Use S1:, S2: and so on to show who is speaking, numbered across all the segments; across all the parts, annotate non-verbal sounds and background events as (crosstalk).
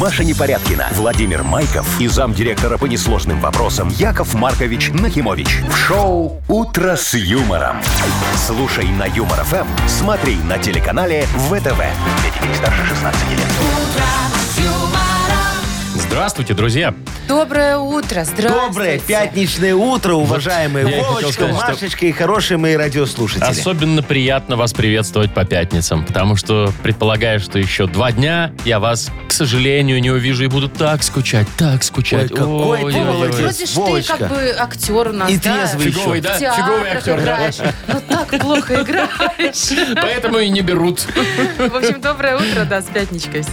S1: Маша Непорядкина, Владимир Майков и замдиректора по несложным вопросам Яков Маркович Нахимович. В шоу «Утро с юмором». Слушай на Юмор ФМ, смотри на телеканале ВТВ. Для детей старше 16 лет.
S2: Здравствуйте, друзья.
S3: Доброе утро, здравствуйте.
S4: Доброе пятничное утро, уважаемые
S2: я и хотел
S4: Вовочка,
S2: сказать, что-
S4: Машечка и хорошие мои радиослушатели.
S2: Особенно приятно вас приветствовать по пятницам, потому что предполагаю, что еще два дня я вас, к сожалению, не увижу и буду так скучать, так скучать.
S4: Ой, какой ты молодец.
S3: Вроде ж ты
S4: Вовочка.
S3: как бы актер у нас,
S4: И
S3: да?
S4: трезвый еще.
S2: Фиговый, да?
S3: В театрах
S2: Фиговый актер, да.
S3: играешь. Ну так плохо играешь.
S2: Поэтому и не берут.
S3: В общем, доброе утро, да, с пятничкой все.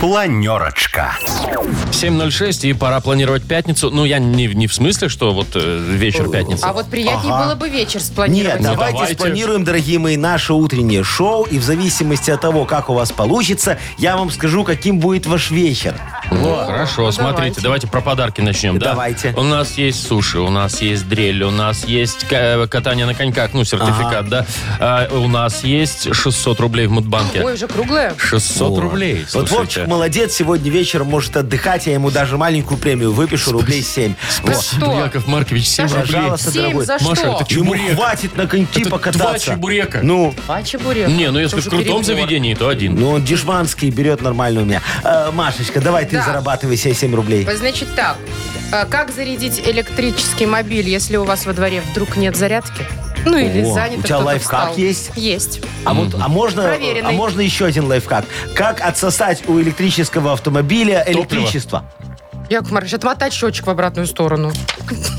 S1: Планерочка.
S2: 7.06, и пора планировать пятницу. Ну, я не, не в смысле, что вот э, вечер пятницы.
S3: А вот приятнее было бы вечер спланировать.
S4: Нет, давайте,
S2: Давайте.
S4: спланируем, дорогие мои, наше утреннее шоу. И в зависимости от того, как у вас получится, я вам скажу, каким будет ваш вечер.
S2: Ну, Хорошо,
S3: ну,
S2: смотрите, давайте.
S3: давайте.
S2: про подарки начнем, да?
S4: Давайте.
S2: У нас есть суши, у нас есть дрель, у нас есть ка- э, катание на коньках, ну, сертификат, да? А, у нас есть 600 рублей в Мудбанке.
S3: Ой, уже круглая?
S2: 600 рублей,
S4: Вот
S2: слушайте.
S4: Вовчик молодец, сегодня вечером может отдыхать, я ему даже маленькую премию выпишу, рублей 7.
S3: Спасибо, Что?
S2: Яков Маркович, 7
S4: Саша,
S2: рублей.
S4: пожалуйста. Со
S3: Семь,
S4: здоровой.
S3: за
S2: Маша,
S3: что?
S2: это ч-
S4: Ему
S2: Чебурек.
S4: хватит на коньки
S2: Это два
S4: покататься.
S2: чебурека.
S4: Ну,
S3: Два чебурека.
S2: Не, ну если
S3: Это
S2: в
S3: уже
S2: крутом
S3: А, перебор.
S2: заведении, то один.
S4: ну он дешманский берет нормально у меня. Э, Машечка, давай ты
S3: Да.
S4: зарабатывай себе 7 рублей.
S3: Значит так, э, как зарядить электрический мобиль, если у вас во дворе вдруг нет зарядки? Ну или
S4: О,
S3: занято
S4: у тебя
S3: кто-то
S4: лайфхак
S3: встал.
S4: есть?
S3: Есть.
S4: А, вот, а, можно,
S3: Проверенный.
S4: а можно еще один лайфхак? Как отсосать у электрического автомобиля электричество?
S3: Яков Маркович, отмотать счетчик в обратную сторону.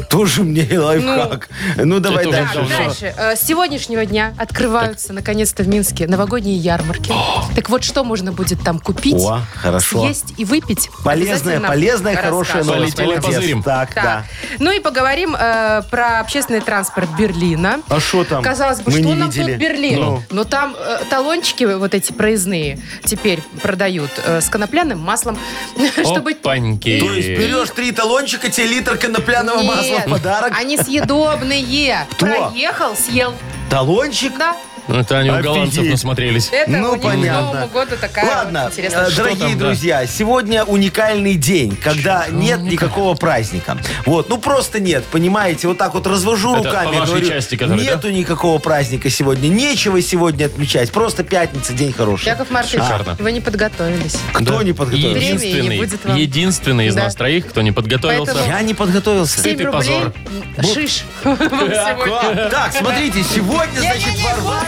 S4: Тоже мне лайфхак. Ну, давай
S2: тоже
S4: дальше.
S3: Так,
S2: давно.
S3: дальше. Э, С сегодняшнего дня открываются, наконец-то, в Минске новогодние ярмарки. так вот, что можно будет там купить,
S4: О, хорошо.
S3: съесть и выпить?
S4: Полезная,
S3: Обязательно
S4: полезная,
S3: расскажу.
S4: хорошая новость.
S2: Полетели,
S4: Молодец.
S2: позырим.
S4: Так,
S3: Так.
S4: да.
S3: Ну и поговорим э, про общественный транспорт Берлина.
S4: А что там?
S3: Казалось бы,
S4: Мы
S3: что
S4: не
S3: нам
S4: видели.
S3: тут Берлин?
S4: Ну.
S3: Но там э, талончики вот эти проездные теперь продают э, с конопляным маслом, (laughs) чтобы...
S2: Опаньки.
S4: То есть берешь три талончика, тебе литр конопляного масла
S3: Нет,
S4: в подарок.
S3: Они съедобные.
S4: Кто?
S3: Проехал, съел.
S4: Талончик?
S3: Да,
S2: Ну, Это они у
S4: Офигеть.
S2: голландцев насмотрелись.
S3: это
S4: Ну,
S3: у них к
S4: понятно.
S3: Новому году такая вот
S4: Ладно,
S3: интересная
S4: э,
S3: штука.
S4: дорогие
S2: там, да?
S4: друзья, сегодня уникальный день, когда нет никакого праздника. Вот, ну просто нет, понимаете, вот так вот развожу
S2: Это по
S4: руками,
S2: вашей
S4: говорю,
S2: части, которая, да?
S4: нету никакого праздника сегодня, нечего сегодня отмечать, просто пятница, день хороший.
S3: Яков Маркович,
S2: Шикарно.
S3: вы не подготовились.
S4: Кто
S2: Да.
S4: не подготовился?
S3: Премии не
S2: Единственный,
S3: будет вам.
S2: единственный из
S3: Да.
S2: нас троих, кто не подготовился.
S3: Поэтому-
S4: Я не подготовился.
S2: Ты-
S3: Семь
S2: ты
S3: рублей.
S2: позор. а
S3: м, Шиш. (laughs) вам сегодня.
S4: Так, смотрите, сегодня, значит, Варваре...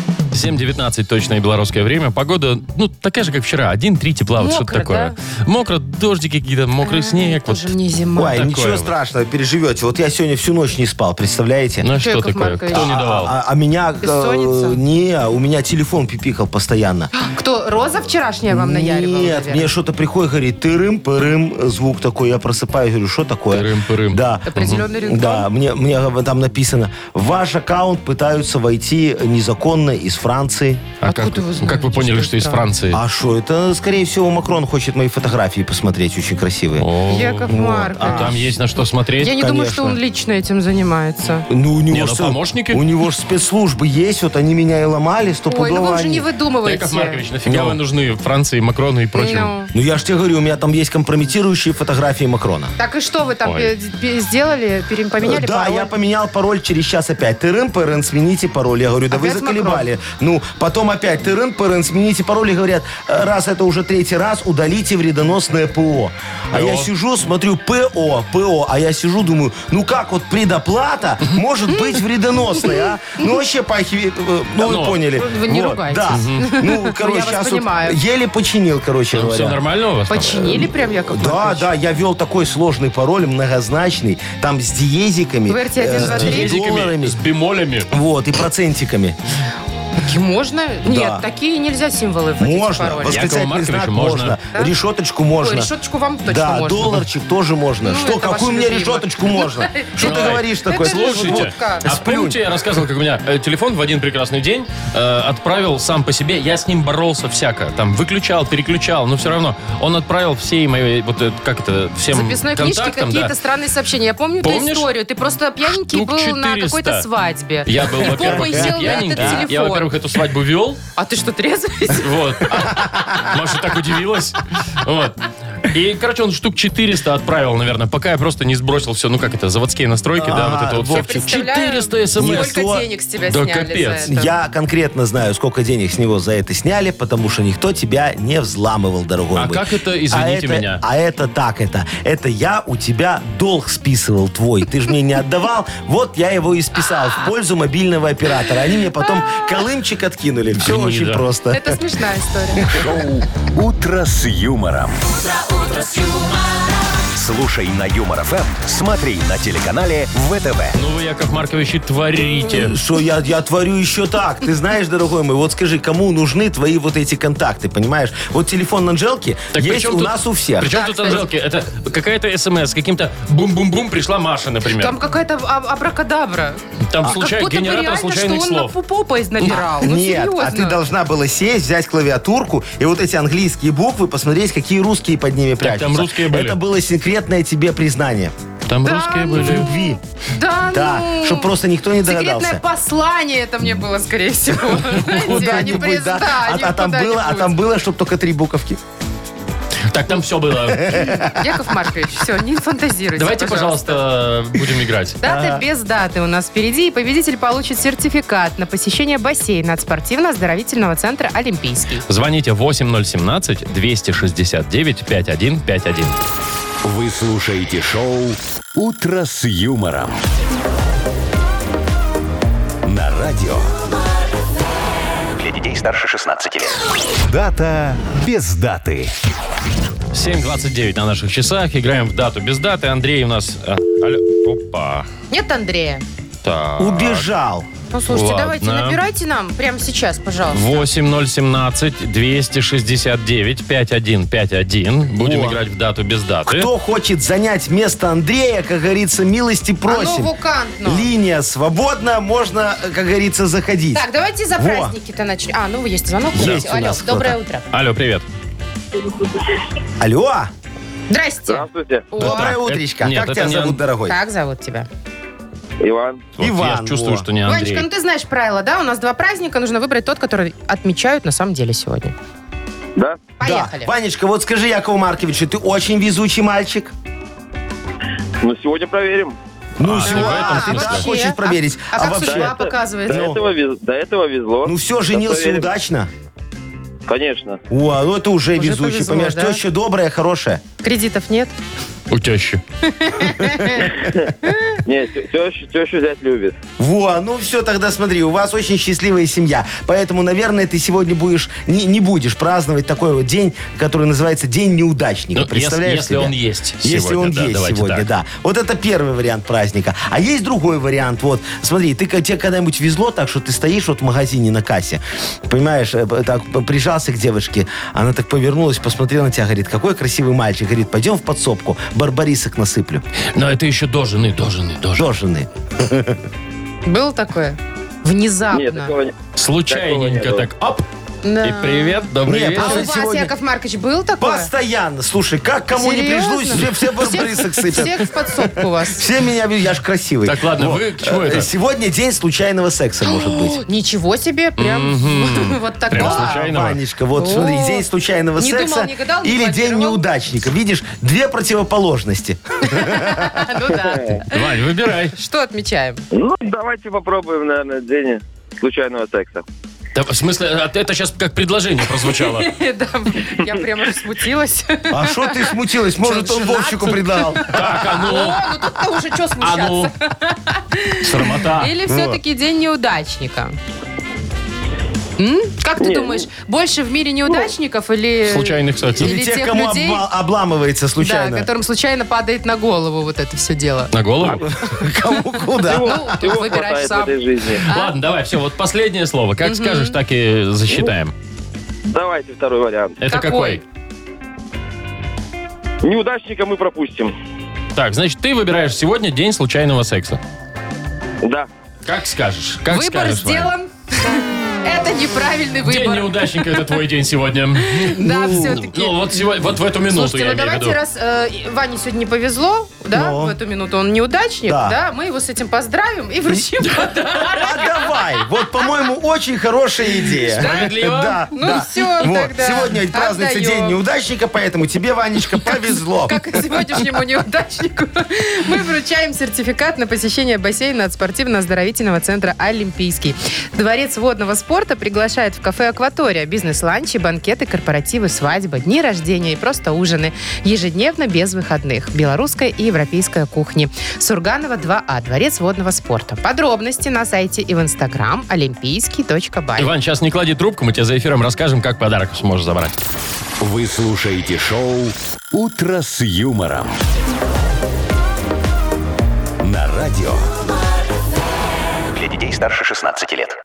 S2: 7.19 точное белорусское время. Погода, ну, такая же, как вчера. 1-3 тепла, вот
S3: Мокро, А,
S2: что-то такое. Мокро, дождики какие-то, мокрый снег. Вот.
S3: Тоже мне зима.
S4: Ой,
S2: такое
S4: ничего
S2: вот.
S4: страшного, переживете. Вот я сегодня всю ночь не спал, представляете?
S2: Ну, что
S3: Яков
S2: такое?
S3: Маркович.
S2: Кто не давал?
S4: А, а меня... э,
S3: Бессонница?
S4: не, у меня телефон пипикал постоянно.
S3: Кто, Роза вчерашняя вам наяривала?
S4: Нет,
S3: наверное?
S4: мне что-то приходит, говорит, тырым-пырым, звук такой. Я просыпаюсь, говорю, что такое?
S2: Тырым-пырым.
S4: Да.
S3: Определенный рингтон?
S4: Да, мне, мне там написано, в ваш аккаунт пытаются войти незаконно из Франции.
S2: А
S3: Откуда
S2: как,
S3: вы знаете,
S2: как вы поняли,
S3: что
S2: что из
S3: это?
S2: Франции?
S4: А что, это, скорее всего, Макрон хочет мои фотографии посмотреть, очень красивые.
S2: О,
S3: Яков
S4: вот. а
S3: Маркович.
S2: А Там есть на что смотреть.
S3: Я не
S4: конечно.
S3: думаю, что он лично этим занимается.
S4: Ну, у него,
S2: Не, ну,
S4: ж-
S2: помощники.
S4: у него ж спецслужбы есть, вот они меня и ломали, стопудово
S3: Ой, ну вы уже
S4: они.
S3: не выдумываете.
S2: Яков Маркович, нафига
S4: Ну.
S2: вы нужны Франции, Макрону и прочим?
S3: Ну,
S4: Ну, я ж тебе говорю, у меня там есть компрометирующие фотографии Макрона.
S3: так и что вы там
S2: Ой.
S3: пе- пе- сделали? Пере- Поменяли
S4: да,
S3: пароль?
S4: я поменял пароль через час опять. Тырын-пырын, смените пароль. Я говорю, да
S3: Опять
S4: вы заколебали.
S3: Макрон?
S4: Ну, потом опять тырын-пырын, смените пароль. И говорят, «Э, раз это уже третий раз, удалите вредоносное ПО. А я сижу, смотрю, ПО, ПО. А я сижу, думаю, ну как вот предоплата может быть вредоносной, а? Ну, вообще по архиве- э, Ну,
S2: Ну,
S4: вы поняли.
S3: вы не
S4: Вот,
S3: ругайтесь.
S4: Да. Ну, короче,
S3: вас
S4: сейчас вот
S3: понимаю.
S4: еле починил, короче
S2: Ну, все
S4: говоря.
S2: нормально у вас? там?
S3: Починили прям, Яков
S4: Э, Да,
S3: Маркович?
S4: да, я вел такой сложный пароль, многозначный, там с диезиками,
S3: В RT 1, 2,
S4: э,
S2: С диезиками,
S4: долларами.
S2: с бемолями.
S4: Вот, и процентиками.
S3: Такие можно?
S4: Да.
S3: Нет, такие нельзя символы вводить в
S4: Можно.
S3: пароль.
S2: Якова
S4: Восклицательный
S2: Марковича
S4: знак
S2: можно.
S4: можно.
S3: Да?
S4: Решеточку
S3: Ой,
S4: можно.
S3: решеточку вам точно
S4: Да,
S3: можно.
S4: долларчик тоже можно.
S3: Ну,
S4: Что,
S3: это
S4: какую
S3: ваша
S4: мне
S3: любимая.
S4: решеточку можно?
S3: (laughs)
S4: Что ты
S2: Ой,
S4: говоришь
S3: это
S4: такое?
S3: же
S2: Слушайте,
S3: шутка.
S2: а помните, я рассказывал, как у меня э, телефон в один прекрасный день э, отправил сам по себе. Я с ним боролся всяко. Там выключал, переключал, но все равно. Он отправил всей моей, вот э, как это,
S3: В
S2: всем
S3: записной книжке
S2: контактам, да.
S3: какие-то странные сообщения. Я помню
S2: Помнишь?
S3: эту историю. Ты просто пьяненький
S2: Штук
S3: был на
S2: 400.
S3: какой-то свадьбе.
S2: Я был,
S3: И
S2: во-первых,
S3: попой сел на этот
S2: пьяненький. Я,
S3: телефон.
S2: во-первых, эту свадьбу вел.
S3: А ты
S2: (laughs)
S3: что, трезвый?
S2: Вот. Маша так удивилась. Вот. И, короче, он штук 400 отправил, наверное, пока я просто не сбросил все, ну как это, заводские настройки, да, вот это вот
S4: Я
S2: все. 400
S3: А, Представляю,
S2: смс.
S3: Сколько денег с тебя
S2: Да
S3: сняли
S2: капец.
S3: за это.
S4: Я конкретно знаю, сколько денег с него за это сняли, потому что никто тебя не взламывал, дорогой
S2: А
S4: мой.
S2: как это, извините
S4: это-
S2: меня?
S4: А это так это. Это я у тебя долг списывал твой. Ты же мне не отдавал. Вот я его и списал в пользу мобильного оператора. Они мне потом колымчик откинули. Все
S2: Гнида.
S4: очень просто.
S3: Это смешная история.
S1: Шоу «Утро с юмором». Слушай на Юмор ФМ, смотри на телеканале ВТВ.
S2: Ну вы, Яков Маркович, и творите.
S4: Что я, я творю еще так. Ты знаешь, дорогой мой, вот скажи, кому нужны твои вот эти контакты, понимаешь? Вот телефон Анжелки
S2: Так
S4: есть
S2: причем
S4: у
S2: тут-
S4: нас у всех.
S2: Причем
S3: Да,
S2: тут,
S3: кстати.
S2: Анжелки, это какая-то смс, каким-то бум-бум-бум пришла Маша, например.
S3: Там
S2: Там,
S3: какая-то а- абракадабра.
S2: случай-
S3: как будто бы
S2: генератор
S3: реально,
S2: случайных
S3: что он
S2: слов.
S3: на попой набирал. Ну,
S4: Нет,
S3: серьезно.
S4: а ты должна была сесть, взять клавиатурку и вот эти английские буквы посмотреть, какие русские под ними прячутся.
S2: там русские были.
S4: Это было секретное тебе признание.
S2: Там
S3: Да,
S2: русские
S3: ну.
S2: были.
S4: Любви.
S3: Да,
S4: Да,
S3: ну.
S4: чтобы просто никто не
S3: Секретное
S4: догадался.
S3: послание это мне было, скорее всего. (laughs) Знаете, они
S4: Куда-нибудь, да.
S3: приз- да,
S4: А,
S3: они
S4: а там было, а там
S3: куда-нибудь.
S4: было, чтобы только три буковки.
S2: Так, там все
S3: (laughs)
S2: было.
S3: Яков Маркович, все, не фантазируйте.
S2: Давайте, пожалуйста, будем играть.
S3: Дата без даты у нас впереди. И победитель получит сертификат на посещение бассейна от спортивно-оздоровительного центра «Олимпийский».
S2: Звоните 8017-269-5151.
S1: Вы слушаете шоу «Утро с юмором». На радио. Для детей старше 16 лет. Дата без даты.
S2: 7.29 на наших часах. Играем в дату без даты. Андрей у нас... э, алло, опа.
S3: Нет, Андрея?
S2: Так.
S4: Убежал.
S3: Ну, слушайте,
S2: Ладно.
S3: давайте, набирайте нам прямо сейчас, пожалуйста.
S2: 8017-269-5151. Будем
S4: Во.
S2: играть в дату без даты.
S4: Кто хочет занять место Андрея, как говорится, милости
S3: А ну,
S4: просим.
S3: вакантно.
S4: Линия свободна, можно, э, как говорится, заходить.
S3: Так, давайте за
S4: Во.
S3: праздники-то начнем. А, ну, есть звонок.
S4: Есть у
S3: Алло,
S4: нас кто-то.
S3: доброе утро.
S2: Алло, привет.
S4: Алло,
S3: Здрасте.
S5: Здравствуйте,
S3: О,
S4: доброе
S2: это-
S4: утречко.
S2: нет,
S4: как
S2: это
S4: тебя
S2: не
S4: зовут,
S2: Ан-
S4: дорогой?
S3: Как зовут тебя?
S5: Иван.
S2: Вот
S4: Иван,
S2: я чувствую,
S4: во.
S2: что не Андрей.
S3: Ванечка, ну ты знаешь правила, да? У нас два праздника, нужно выбрать тот, который отмечают на самом деле сегодня.
S5: Да?
S3: Поехали.
S4: Да. Ванечка, вот скажи, Якову Марковичу, ты очень везучий мальчик?
S5: Ну, сегодня проверим.
S4: Ну,
S2: не
S4: сегодня
S2: в этом
S4: ты
S2: смысле.
S4: так
S3: вообще?
S4: хочешь проверить.
S3: А, как
S4: вообще-
S3: судьба
S5: это-
S3: показывает?
S5: До,
S4: Ну.
S5: этого, вез- до этого везло.
S4: Ну все, женился
S5: Проверим.
S4: удачно.
S5: Конечно.
S4: О, ну это уже,
S3: Уже
S4: везучий,
S3: повезло,
S4: понимаешь?
S3: да?
S4: Теща добрая, хорошая.
S3: Кредитов нет?
S2: У тещи.
S5: Нет, тещу, тещу взять любит.
S4: Во, ну все, тогда смотри, у вас очень счастливая семья. Поэтому, наверное, ты сегодня будешь, не, не будешь праздновать такой вот день, который называется День неудачника.
S2: Ну,
S4: Представляешь
S2: если- если
S4: себе?
S2: он есть
S4: Если
S2: сегодня,
S4: он
S2: да,
S4: есть
S2: давайте
S4: сегодня,
S2: так.
S4: да. Вот это первый вариант праздника. А есть другой вариант. Вот, смотри, ты, к- тебе когда-нибудь везло так, что ты стоишь вот в магазине на кассе, понимаешь, э, б- так п- прижался к девушке, она так повернулась, посмотрела на тебя, говорит, какой красивый мальчик. Говорит, пойдем в подсобку, барбарисок насыплю.
S2: Но это еще до жены, до жены, до жены.
S4: Жожены.
S3: Было такое? Внезапно.
S5: Нет, такого не...
S2: Случайненько
S5: Такого не
S2: так, оп,
S3: Да.
S2: и привет, добрый
S4: Не,
S2: вечер.
S3: А у вас,
S4: Сегодня-
S3: Яков Маркович, был такое?
S4: Постоянно. Слушай, как кому не
S3: Серьезно?
S4: пришлось, все, все барбарисок
S3: всех,
S4: сыпят.
S3: всех в подсобку у вас.
S4: Все меня, видят, я ж красивый.
S2: Так, ладно, вы к чему
S4: Э,
S2: это?
S4: Сегодня день случайного секса, может быть.
S3: О, Ничего себе, прям вот Ну так.
S2: Прям
S3: Да.
S2: случайно. случайного?
S4: А, Ванечка, вот смотри,
S3: О.
S4: день случайного
S3: Не думал,
S4: секса
S3: не гадал, не
S4: или день
S3: планировал.
S4: неудачника. Видишь, две противоположности.
S3: Ну да.
S4: а-
S2: Вань, выбирай.
S3: Что отмечаем?
S5: Ну, давайте попробуем, наверное, день случайного секса.
S2: Да, в смысле, а, это сейчас как предложение
S4: (laughs)
S2: прозвучало.
S3: (laughs) Да, я прям уже смутилась.
S4: А что ты смутилась? Может,
S3: Чё,
S4: он
S3: женат?
S4: Вовчику предлагал?
S2: Так, а ну,
S3: О, ну тут-то уже что
S2: а
S3: смущаться?
S2: ну. Срамота.
S4: А, ну.
S3: Или все-таки день неудачника? М? Как ты
S5: Не,
S3: думаешь, больше в мире неудачников или...
S2: Случайных, кстати.
S4: Или, тех, кому
S3: людей,
S4: обла- обламывается случайно.
S3: Да, которым случайно падает на голову вот это все дело.
S2: На голову?
S4: Кому куда.
S3: Ну,
S5: Всего
S3: выбирай
S5: хватает
S3: сам.
S5: в этой жизни.
S3: А?
S2: Ладно, давай, все, вот последнее слово. Как скажешь, так и засчитаем.
S5: Давайте второй вариант.
S2: Это
S3: Какой?
S2: какой?
S5: Неудачника мы пропустим.
S2: Так, значит, ты выбираешь сегодня день случайного секса.
S5: Да.
S2: Как скажешь. Как
S3: выбор
S2: скажешь, Ваня.
S3: сделан. Это неправильный
S2: День
S3: выбор.
S2: неудачника, это твой день сегодня.
S3: Да, все-таки.
S2: Ну, вот сегодня, вот в эту минуту
S3: Слушайте,
S2: я
S3: ну
S2: имею в
S3: давайте,
S2: виду.
S3: раз э, и- Ване сегодня не повезло, да,
S4: Но.
S3: в эту минуту он неудачник,
S4: Да.
S3: да. мы его с этим поздравим и вручим подарок.
S4: А давай. Вот, по-моему, очень хорошая идея.
S2: Справедливо?
S4: Да,
S3: Ну
S4: да.
S3: все,
S4: Вот,
S3: тогда
S4: Сегодня празднуется
S3: отдаем.
S4: день неудачника, поэтому тебе, Ванечка, повезло.
S3: Как и сегодняшнему неудачнику. Мы вручаем сертификат на посещение бассейна от спортивно-оздоровительного центра «Олимпийский». Дворец водного спорта приглашает в кафе «Акватория» бизнес-ланчи, банкеты, корпоративы, свадьбы, дни рождения и просто ужины. Ежедневно без выходных. Белорусская и европейская кухни. Сурганова 2А. Дворец водного спорта. Подробности на сайте и в инстаграм олимпийский.бай.
S2: Иван, сейчас не клади трубку, мы тебе за эфиром расскажем, как подарок сможешь забрать.
S1: Вы слушаете шоу «Утро с юмором». На радио. Для детей старше 16 лет.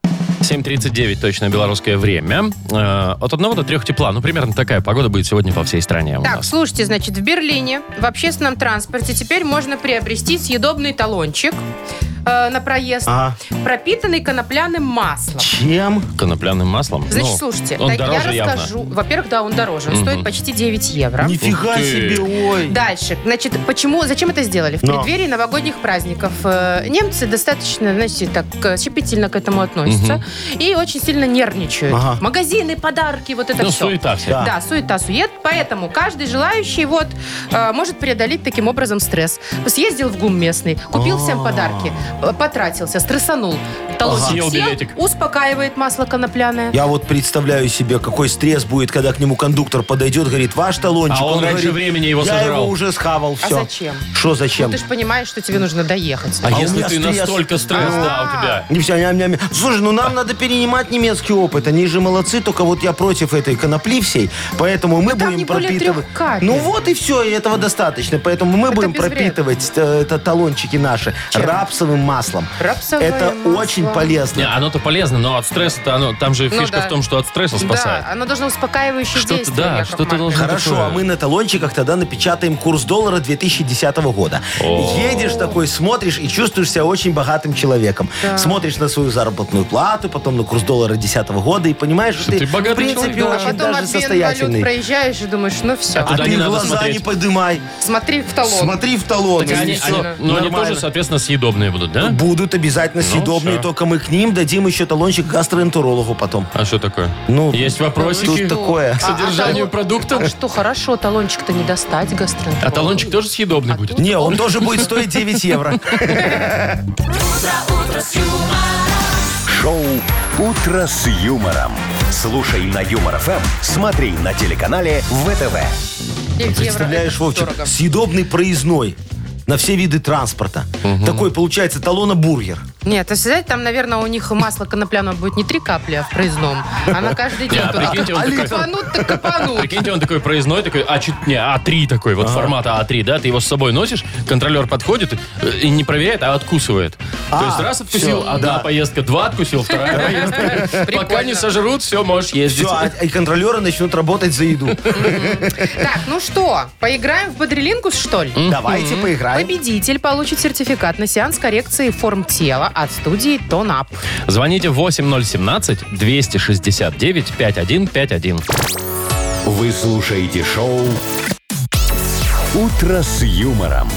S2: 7.39 точно белорусское время. Э, От 1 до 3 тепла. Ну, примерно такая погода будет сегодня по всей стране у
S3: Так,
S2: нас.
S3: слушайте, значит, в Берлине в общественном транспорте теперь можно приобрести съедобный талончик э, на проезд,
S4: Ага.
S3: пропитанный конопляным маслом.
S4: Чем?
S2: Конопляным маслом.
S3: Значит,
S2: Ну,
S3: слушайте,
S2: он
S3: да-
S2: дороже
S3: я
S2: явно.
S3: расскажу. Во-первых, да, он дороже. Он стоит почти 9 евро.
S4: Нифига
S2: ты.
S4: себе, ой.
S3: Дальше. Значит, почему, зачем это сделали? В
S4: Но.
S3: преддверии новогодних праздников э, немцы достаточно, знаете, так э, щепетильно к этому относятся и очень сильно нервничают.
S4: Ага.
S3: Магазины, подарки, вот это
S2: Ну,
S3: все.
S2: суета вся.
S4: Да.
S3: Да, суета-сует, поэтому каждый желающий вот э, может преодолеть таким образом стресс. Съездил в ГУМ местный,
S4: А.
S3: купил всем подарки, э, потратился, стрессанул, талончик
S2: Съел
S3: съел,
S2: билетик.
S3: успокаивает масло конопляное.
S4: Я вот представляю себе, какой стресс будет, когда к нему кондуктор подойдет, говорит, ваш талончик.
S2: А он раньше времени его
S4: я
S2: сожрал».
S4: его уже схавал,
S3: А
S4: все.
S3: зачем?
S4: Что зачем?
S3: Ну, ты же понимаешь, что тебе нужно доехать.
S4: А
S2: А
S4: у
S2: если
S4: меня
S2: ты
S4: стресс.
S2: настолько стресс, да, у тебя.
S4: Не всё, ням-ням-ням. Слушай, ну нам надо перенимать немецкий опыт. Они же молодцы, только вот я против этой конопли всей, поэтому мы
S3: Ну, там
S4: будем
S3: не более
S4: пропитывать.
S3: трех капель.
S4: Ну вот и все, и этого достаточно. Поэтому мы
S3: Это
S4: будем
S3: без вреда.
S4: пропитывать э, это талончики наши рапсовым маслом.
S3: Рапсовое
S4: это
S3: масло.
S4: очень
S2: Не,
S4: полезно.
S2: оно-то полезно, но от стресса-то оно... Там же
S3: Ну
S2: фишка
S3: да.
S2: в том, что от стресса спасает.
S3: Да, оно должно успокаивающее
S2: Что-то,
S3: действие,
S2: да,
S3: Яков
S2: что-то
S3: Маркович.
S2: должно-
S4: Хорошо,
S2: такое?
S4: а мы на талончиках тогда напечатаем курс доллара 2010 года. Едешь такой, смотришь и чувствуешь себя очень богатым человеком. Смотришь на свою заработную плату, потом на курс доллара 2010 года и понимаешь, что,
S2: ты
S4: ты,
S2: богатый
S4: в принципе
S2: человек, да.
S3: А
S4: очень
S3: потом
S4: даже
S3: обмен валют
S4: состоятельный.
S3: проезжаешь и думаешь, ну все,
S2: А
S4: А
S2: Туда не
S4: ты
S2: надо
S4: глаза
S2: смотреть.
S4: не подымай.
S3: смотри в талон.
S4: Смотри в талон.
S2: Так
S4: и
S2: они- ну,
S4: всё.
S2: они- но они
S4: Нормально. Ну,
S2: тоже, соответственно, съедобные будут, да?
S4: Будут обязательно съедобные,
S2: Ну, всё.
S4: только мы к ним дадим еще талончик гастроэнтерологу потом.
S2: А что такое?
S4: Ну,
S2: Есть
S4: тут
S2: вопросики?
S4: такое.
S2: К
S3: А,
S2: содержанию продукта?
S3: Так что хорошо, талончик-то не достать гастроэнтерологу.
S2: А, А талончик тоже съедобный будет?
S4: Не, он тоже будет стоить 9 евро.
S1: Шоу «Утро с юмором». Слушай на Юмор ФМ, смотри на телеканале ВТВ.
S3: 9 евро,
S4: Представляешь,
S3: это
S4: Вовчик,
S3: дорого.
S4: съедобный проездной на все виды транспорта. Такой, получается, талона-бургер.
S3: Нет, если знаете, там, наверное, у них масло конопляного будет не три капли, а в проездном. А на каждый день
S2: Не, а
S3: туда.
S2: прикиньте, он
S3: А
S2: такой-
S3: Копанут, так копанут.
S2: Прикиньте, он такой проездной, такой А4, не, А3 такой, вот формата А3, да, ты его с собой носишь, контролер подходит э, и не проверяет, а откусывает.
S4: А,
S2: То есть раз откусил,
S4: всё,
S2: одна
S4: да.
S2: поездка, два откусил, вторая поездка. Пока не
S3: Прикольно.
S2: сожрут, все, можешь ездить.
S4: Все, а, и контролеры начнут работать за еду.
S3: Так, ну что, поиграем в бодрелингус, что ли?
S4: Давайте поиграем.
S3: Победитель получит сертификат на сеанс коррекции форм тела от студии Тонап.
S2: Звоните 8017-269-5151.
S1: Вы слушаете шоу «Утро с юмором»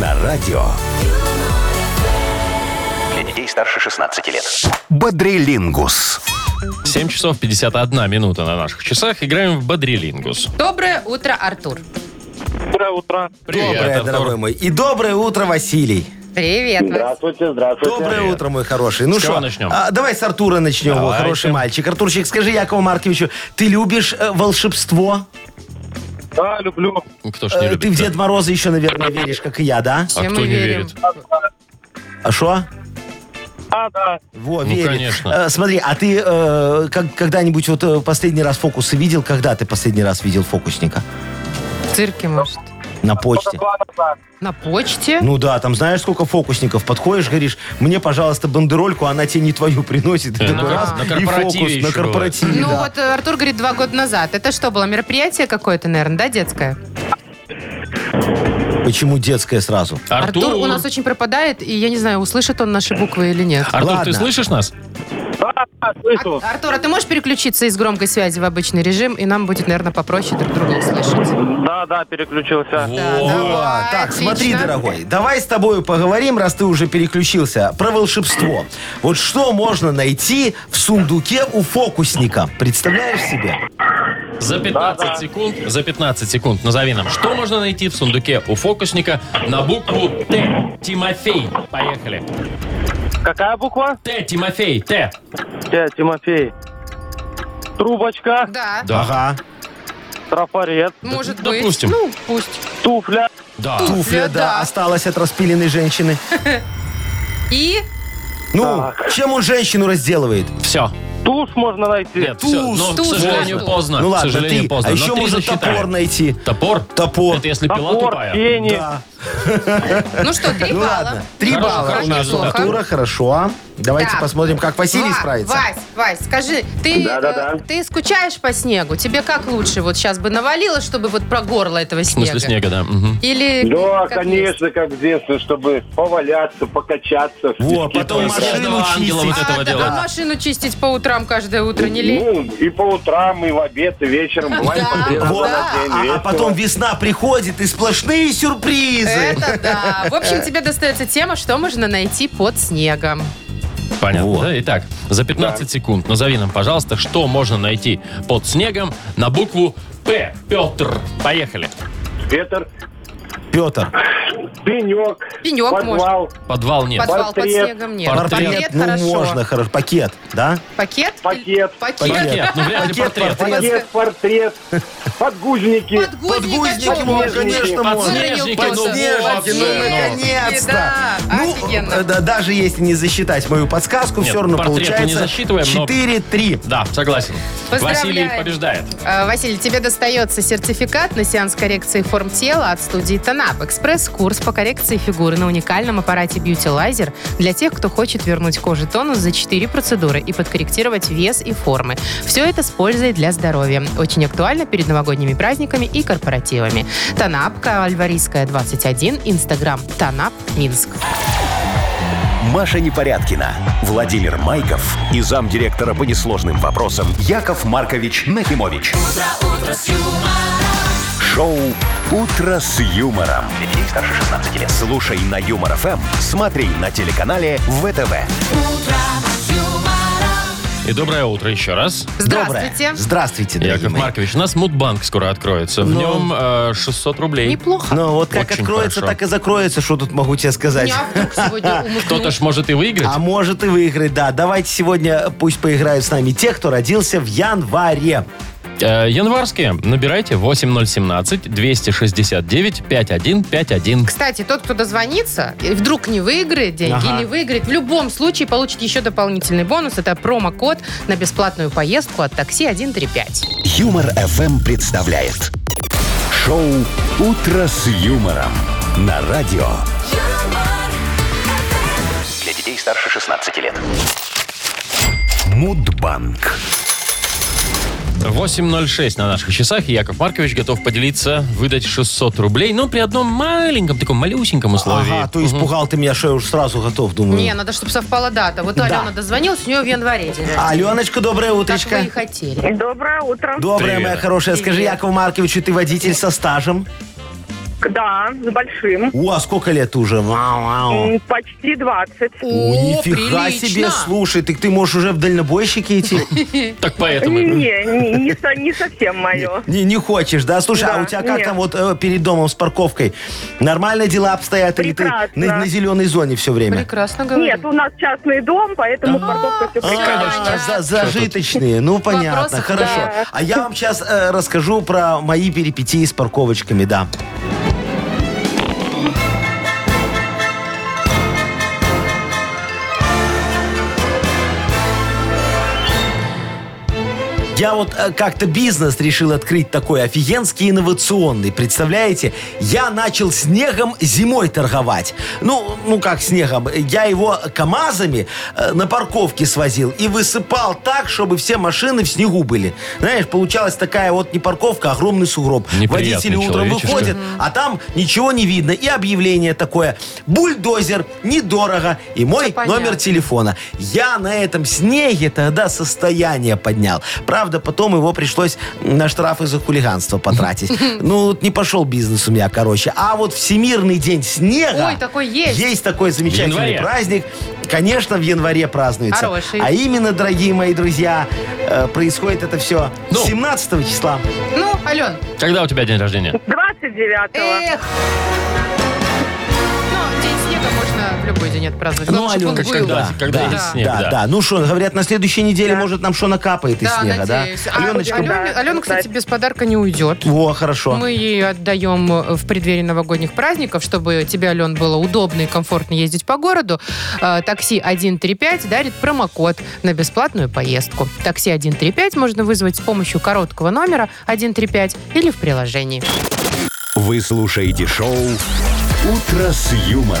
S1: на радио. Для детей старше 16 лет. Бодрилингус.
S2: 7 часов 51 минута на наших часах. Играем в Бодрилингус.
S3: Доброе утро, Артур.
S5: Доброе утро.
S4: Доброе,
S2: Артур.
S4: дорогой мой. И доброе утро, Василий.
S3: Привет. вас.
S5: Здравствуйте, здравствуйте.
S4: Доброе утро, мой хороший. Ну
S2: С кого
S4: что,
S2: начнем?
S4: а, давай с Артура начнем, Во,
S2: Давайте.
S4: хороший мальчик. Артурчик, скажи Якову Марковичу, ты любишь э, волшебство?
S5: Да, люблю.
S2: Кто ж не
S4: Э,
S2: любит?
S4: ты в Дед Мороза еще, наверное, веришь, как и я, да?
S2: А
S3: Всем
S2: кто
S3: мы
S2: не
S3: верим.
S2: верит?
S4: А что?
S5: А, да.
S4: Во,
S2: Ну,
S4: верит.
S2: конечно.
S4: Э, смотри, а ты э, как- когда-нибудь вот э, последний раз фокусы видел? Когда ты последний раз видел фокусника?
S3: В цирке, может.
S4: На почте.
S5: Два назад.
S3: На почте?
S4: Ну да, там знаешь, сколько фокусников. Подходишь, говоришь, мне, пожалуйста, бандерольку, она тебе не твою (laughs) приносит. И
S2: Э, на
S4: такой
S2: кор-
S4: раз,
S2: на
S4: и
S2: корпоративе
S4: фокус,
S2: еще
S4: на корпоративе,
S3: Ну
S4: да.
S3: вот э, Артур говорит, два года назад. Это что было, мероприятие какое-то, наверное, да, детское?
S4: Почему детское сразу?
S2: Артур,
S3: у нас очень пропадает, и я не знаю, услышит он наши буквы или нет.
S2: Артур, ты
S4: Ладно.
S2: слышишь нас?
S5: Да, да, слышал.
S3: А- Артур, а ты можешь переключиться из громкой связи в обычный режим, и нам будет, наверное, попроще друг друга услышать.
S5: Да, да, переключился.
S3: Да,
S2: Во.
S4: О,
S3: А, давай,
S4: так, смотри,
S3: отлично.
S4: дорогой, давай с тобой поговорим, раз ты уже переключился, про волшебство. Вот что можно найти в сундуке у фокусника? Представляешь себе?
S2: За 15 секунд, за 15 секунд назови нам, что можно найти в сундуке у фокусника на букву Т. Тимофей. Поехали.
S5: Какая буква?
S2: Т, Тимофей, Т.
S5: Э, Тимофей. Трубочка,
S3: Да,
S2: Да.
S4: Ага.
S5: трафарет,
S3: может
S2: да-
S3: быть.
S2: допустим.
S3: Ну, пусть.
S5: туфля,
S2: Да.
S4: Туфля, да,
S3: да.
S4: осталась от распиленной женщины.
S3: И
S4: Ну, чем он женщину разделывает?
S2: Все.
S5: туш можно найти.
S2: Нет, все. Но,
S3: туз,
S2: к сожалению,
S3: туз.
S2: поздно.
S4: ну
S2: к
S4: ладно,
S2: сожалению,
S4: три.
S2: поздно.
S4: А
S2: Но
S4: еще
S2: три
S4: можно
S2: засчитаем.
S4: топор найти.
S2: Топор?
S4: Топор.
S2: Это если пила
S5: Топор,
S2: тупая.
S5: пени.
S4: Да.
S3: Ну что, три
S4: Ну
S3: балла.
S4: ладно, три
S2: Хорошо,
S4: балла у
S2: хорошо, А
S4: нас у
S2: неплохо.
S4: Артура, хорошо. Давайте
S3: Так.
S4: посмотрим, как Василий
S3: Ва-
S4: справится.
S3: Вась, Вась, скажи, ты,
S5: Да-да-да.
S3: э, ты скучаешь по снегу? Тебе как лучше? Вот сейчас бы навалило, чтобы вот про горло этого
S2: В смысле
S3: снега?
S2: снега, да. мгм.
S3: Или
S6: Да,
S3: как есть?
S6: а, конечно, как в детстве, чтобы поваляться, покачаться. в
S4: Во,
S6: снежке
S4: потом
S6: поиграть.
S4: машину
S2: Снежного ангела
S4: чистить.
S2: вот этого
S3: А, да,
S2: дела.
S3: а машину чистить по утрам каждое утро не лень?
S6: Ну, и по утрам, и в обед, и вечером. Бывает
S3: Да,
S6: по три
S3: да.
S6: раза
S4: А-
S6: в день
S4: а,
S6: весело.
S4: потом весна приходит и сплошные сюрпризы.
S3: Это да. В общем, тебе достается тема, что можно найти под снегом.
S2: Понятно,
S4: Вот.
S2: да? Итак, за 15 секунд назови нам, пожалуйста, что можно найти под снегом на букву П. Петр. Поехали.
S6: Ветер,
S4: Петр,
S6: пенек,
S3: Пенек
S6: подвал,
S2: Подвал нет.
S3: Подвал под
S6: Портрет.
S3: снегом нет.
S2: Портрет.
S4: ну
S3: хорошо.
S4: можно, хорошо. Пакет, да?
S3: Пакет?
S6: Пакет.
S3: Пакет.
S2: Пакет. Ну, вряд ли
S4: Пакет,
S2: портрет.
S4: портрет.
S6: пакет, портрет, подгузники.
S3: Подгузники.
S4: Подгузники можно, конечно, можно.
S3: Подснежники,
S4: Подснежники,
S3: ну,
S4: ну,
S3: вообще,
S4: наконец-то.
S3: да,
S4: ну,
S3: офигенно.
S4: э, да, даже если не засчитать мою подсказку,
S2: Нет,
S4: все равно
S2: портрет мы не
S4: получается
S2: засчитываем, но-
S4: 4-3.
S2: Да, согласен. Василий
S3: Поздравляем.
S2: побеждает.
S3: А, Василий, тебе достается сертификат на сеанс коррекции форм тела от студии Танап. Экспресс-курс по коррекции фигуры на уникальном аппарате Beauty Laser для тех, кто хочет вернуть коже тонус за 4 процедуры и подкорректировать вес и формы. Все это с пользой для здоровья. Очень актуально перед новогодними праздниками и корпоративами. Танап, Кальварийская, 21, Инстаграм Танап, Минск.
S1: Маша Непорядкина, Владимир Майков и замдиректора по несложным вопросам Яков Маркович Нахимович. Шоу Утро с юмором. Для детей старше 16 лет. Слушай на юмор ФМ, смотри на телеканале ВТВ.
S2: И доброе утро еще раз.
S3: Здравствуйте.
S4: Доброе. Здравствуйте, дорогие
S2: Яков
S4: мои.
S2: Маркович, у нас мудбанк скоро откроется. В
S4: Ну.
S2: нем э, 600 рублей.
S3: Неплохо.
S4: Ну, вот как
S2: Очень
S4: откроется,
S2: хорошо.
S4: так и закроется, что тут могу тебе сказать.
S3: Я вдруг
S4: (laughs)
S3: сегодня умыкнул.
S2: Кто-то ж может и выиграть.
S4: А может и выиграть, да. Давайте сегодня пусть поиграют с нами те, кто родился в январе.
S2: Э, январские набирайте 8017-269-5151.
S3: Кстати, тот, кто дозвонится, и вдруг не выиграет деньги
S4: Ага.
S3: или выиграет, в любом случае получит еще дополнительный бонус. Это промокод на бесплатную поездку от такси 135.
S1: Юмор ФМ представляет. Шоу Утро с юмором на радио. Для детей старше 16 лет. Мудбанк.
S2: 8.06 на наших часах. И Яков Маркович готов поделиться, выдать 600 рублей, но при одном маленьком, таком малюсеньком условии.
S4: Ага, то испугал ты меня, что я уже сразу готов, думаю.
S3: Не, надо, чтобы совпала дата. Вот
S4: Да. А,
S3: Алена дозвонилась, у нее в январе день рождения.
S4: Аленочка, доброе
S3: Как вы
S4: утречко.
S3: и хотели.
S7: Доброе утро.
S4: Доброе,
S2: Привет.
S4: моя хорошая. Скажи,
S3: Привет.
S4: Якову Марковичу, ты водитель со стажем?
S7: Да, с большим.
S4: О, а сколько лет уже? Вау-вау.
S7: М, Почти 20.
S4: О,
S3: О,
S4: нифига
S3: прилично.
S4: себе, слушай, так ты можешь уже в дальнобойщики
S7: (laughs)
S4: идти?
S2: Так поэтому...
S7: Не, не, не, со- не совсем мое.
S4: Не, не хочешь, да? Слушай, а
S7: Да,
S4: у тебя как
S7: нет.
S4: там вот э, перед домом с парковкой? Нормально дела обстоят? Или ты на,
S7: Прекрасно.
S4: на зеленой зоне все время?
S3: Прекрасно говорит.
S7: Нет, ну, у нас частный дом, поэтому парковка все
S4: А, за-
S7: прекрасно.
S4: зажиточные, ну понятно,
S3: Вопросов,
S4: хорошо.
S3: да.
S4: А я вам сейчас расскажу про мои перипетии с парковочками, да. Я вот э, как-то бизнес решил открыть такой офигенский инновационный. Представляете? Я начал снегом зимой торговать. Ну, ну как снегом? Я его КАМАЗами э, на парковке свозил и высыпал так, чтобы все машины в снегу были. Знаешь, получалась такая вот не парковка, а огромный сугроб.
S2: Неприятный
S4: Водители утром
S2: человечишка.
S4: выходят, а там ничего не видно. И объявление такое. Бульдозер, недорого. И мой
S3: понятно.
S4: номер телефона. Я на этом снеге тогда состояние поднял. Правда, потом его пришлось на штрафы за
S3: (laughs)
S4: хулиганство потратить. Ну, вот не пошел бизнес у меня, короче. А вот Всемирный день снега...
S3: Ой, такой есть.
S4: Есть такой замечательный
S2: январе.
S4: праздник. Конечно, в январе празднуется.
S3: Хороший.
S4: А именно, дорогие мои друзья, э, происходит это все
S2: Ну.
S4: 17 числа.
S3: Ну, Ален,
S2: Когда у тебя день рождения?
S7: 29-го.
S4: Э.
S3: эх! Ну, день снега можно в любой день отпраздновать. Главное, чтобы он
S4: Аленка,
S3: был.
S2: когда- когда
S3: есть
S2: снег,
S4: Ну, да,
S2: да.
S4: да. Ну что, говорят, на следующей неделе, может, нам что накапает из
S3: Да,
S4: снега,
S3: надеюсь.
S4: да?
S3: А,
S4: Аленочка,
S3: Алёне- Алена, кстати, без подарка не уйдет.
S4: во, хорошо.
S3: Мы ей отдаем э, в преддверии новогодних праздников, чтобы тебе, Ален, было удобно и комфортно ездить по городу. Э, Такси 135 дарит промокод на бесплатную поездку. Такси 135 можно вызвать с помощью короткого номера 135 или в приложении.
S1: Вы слушаете шоу «Утро с юмором»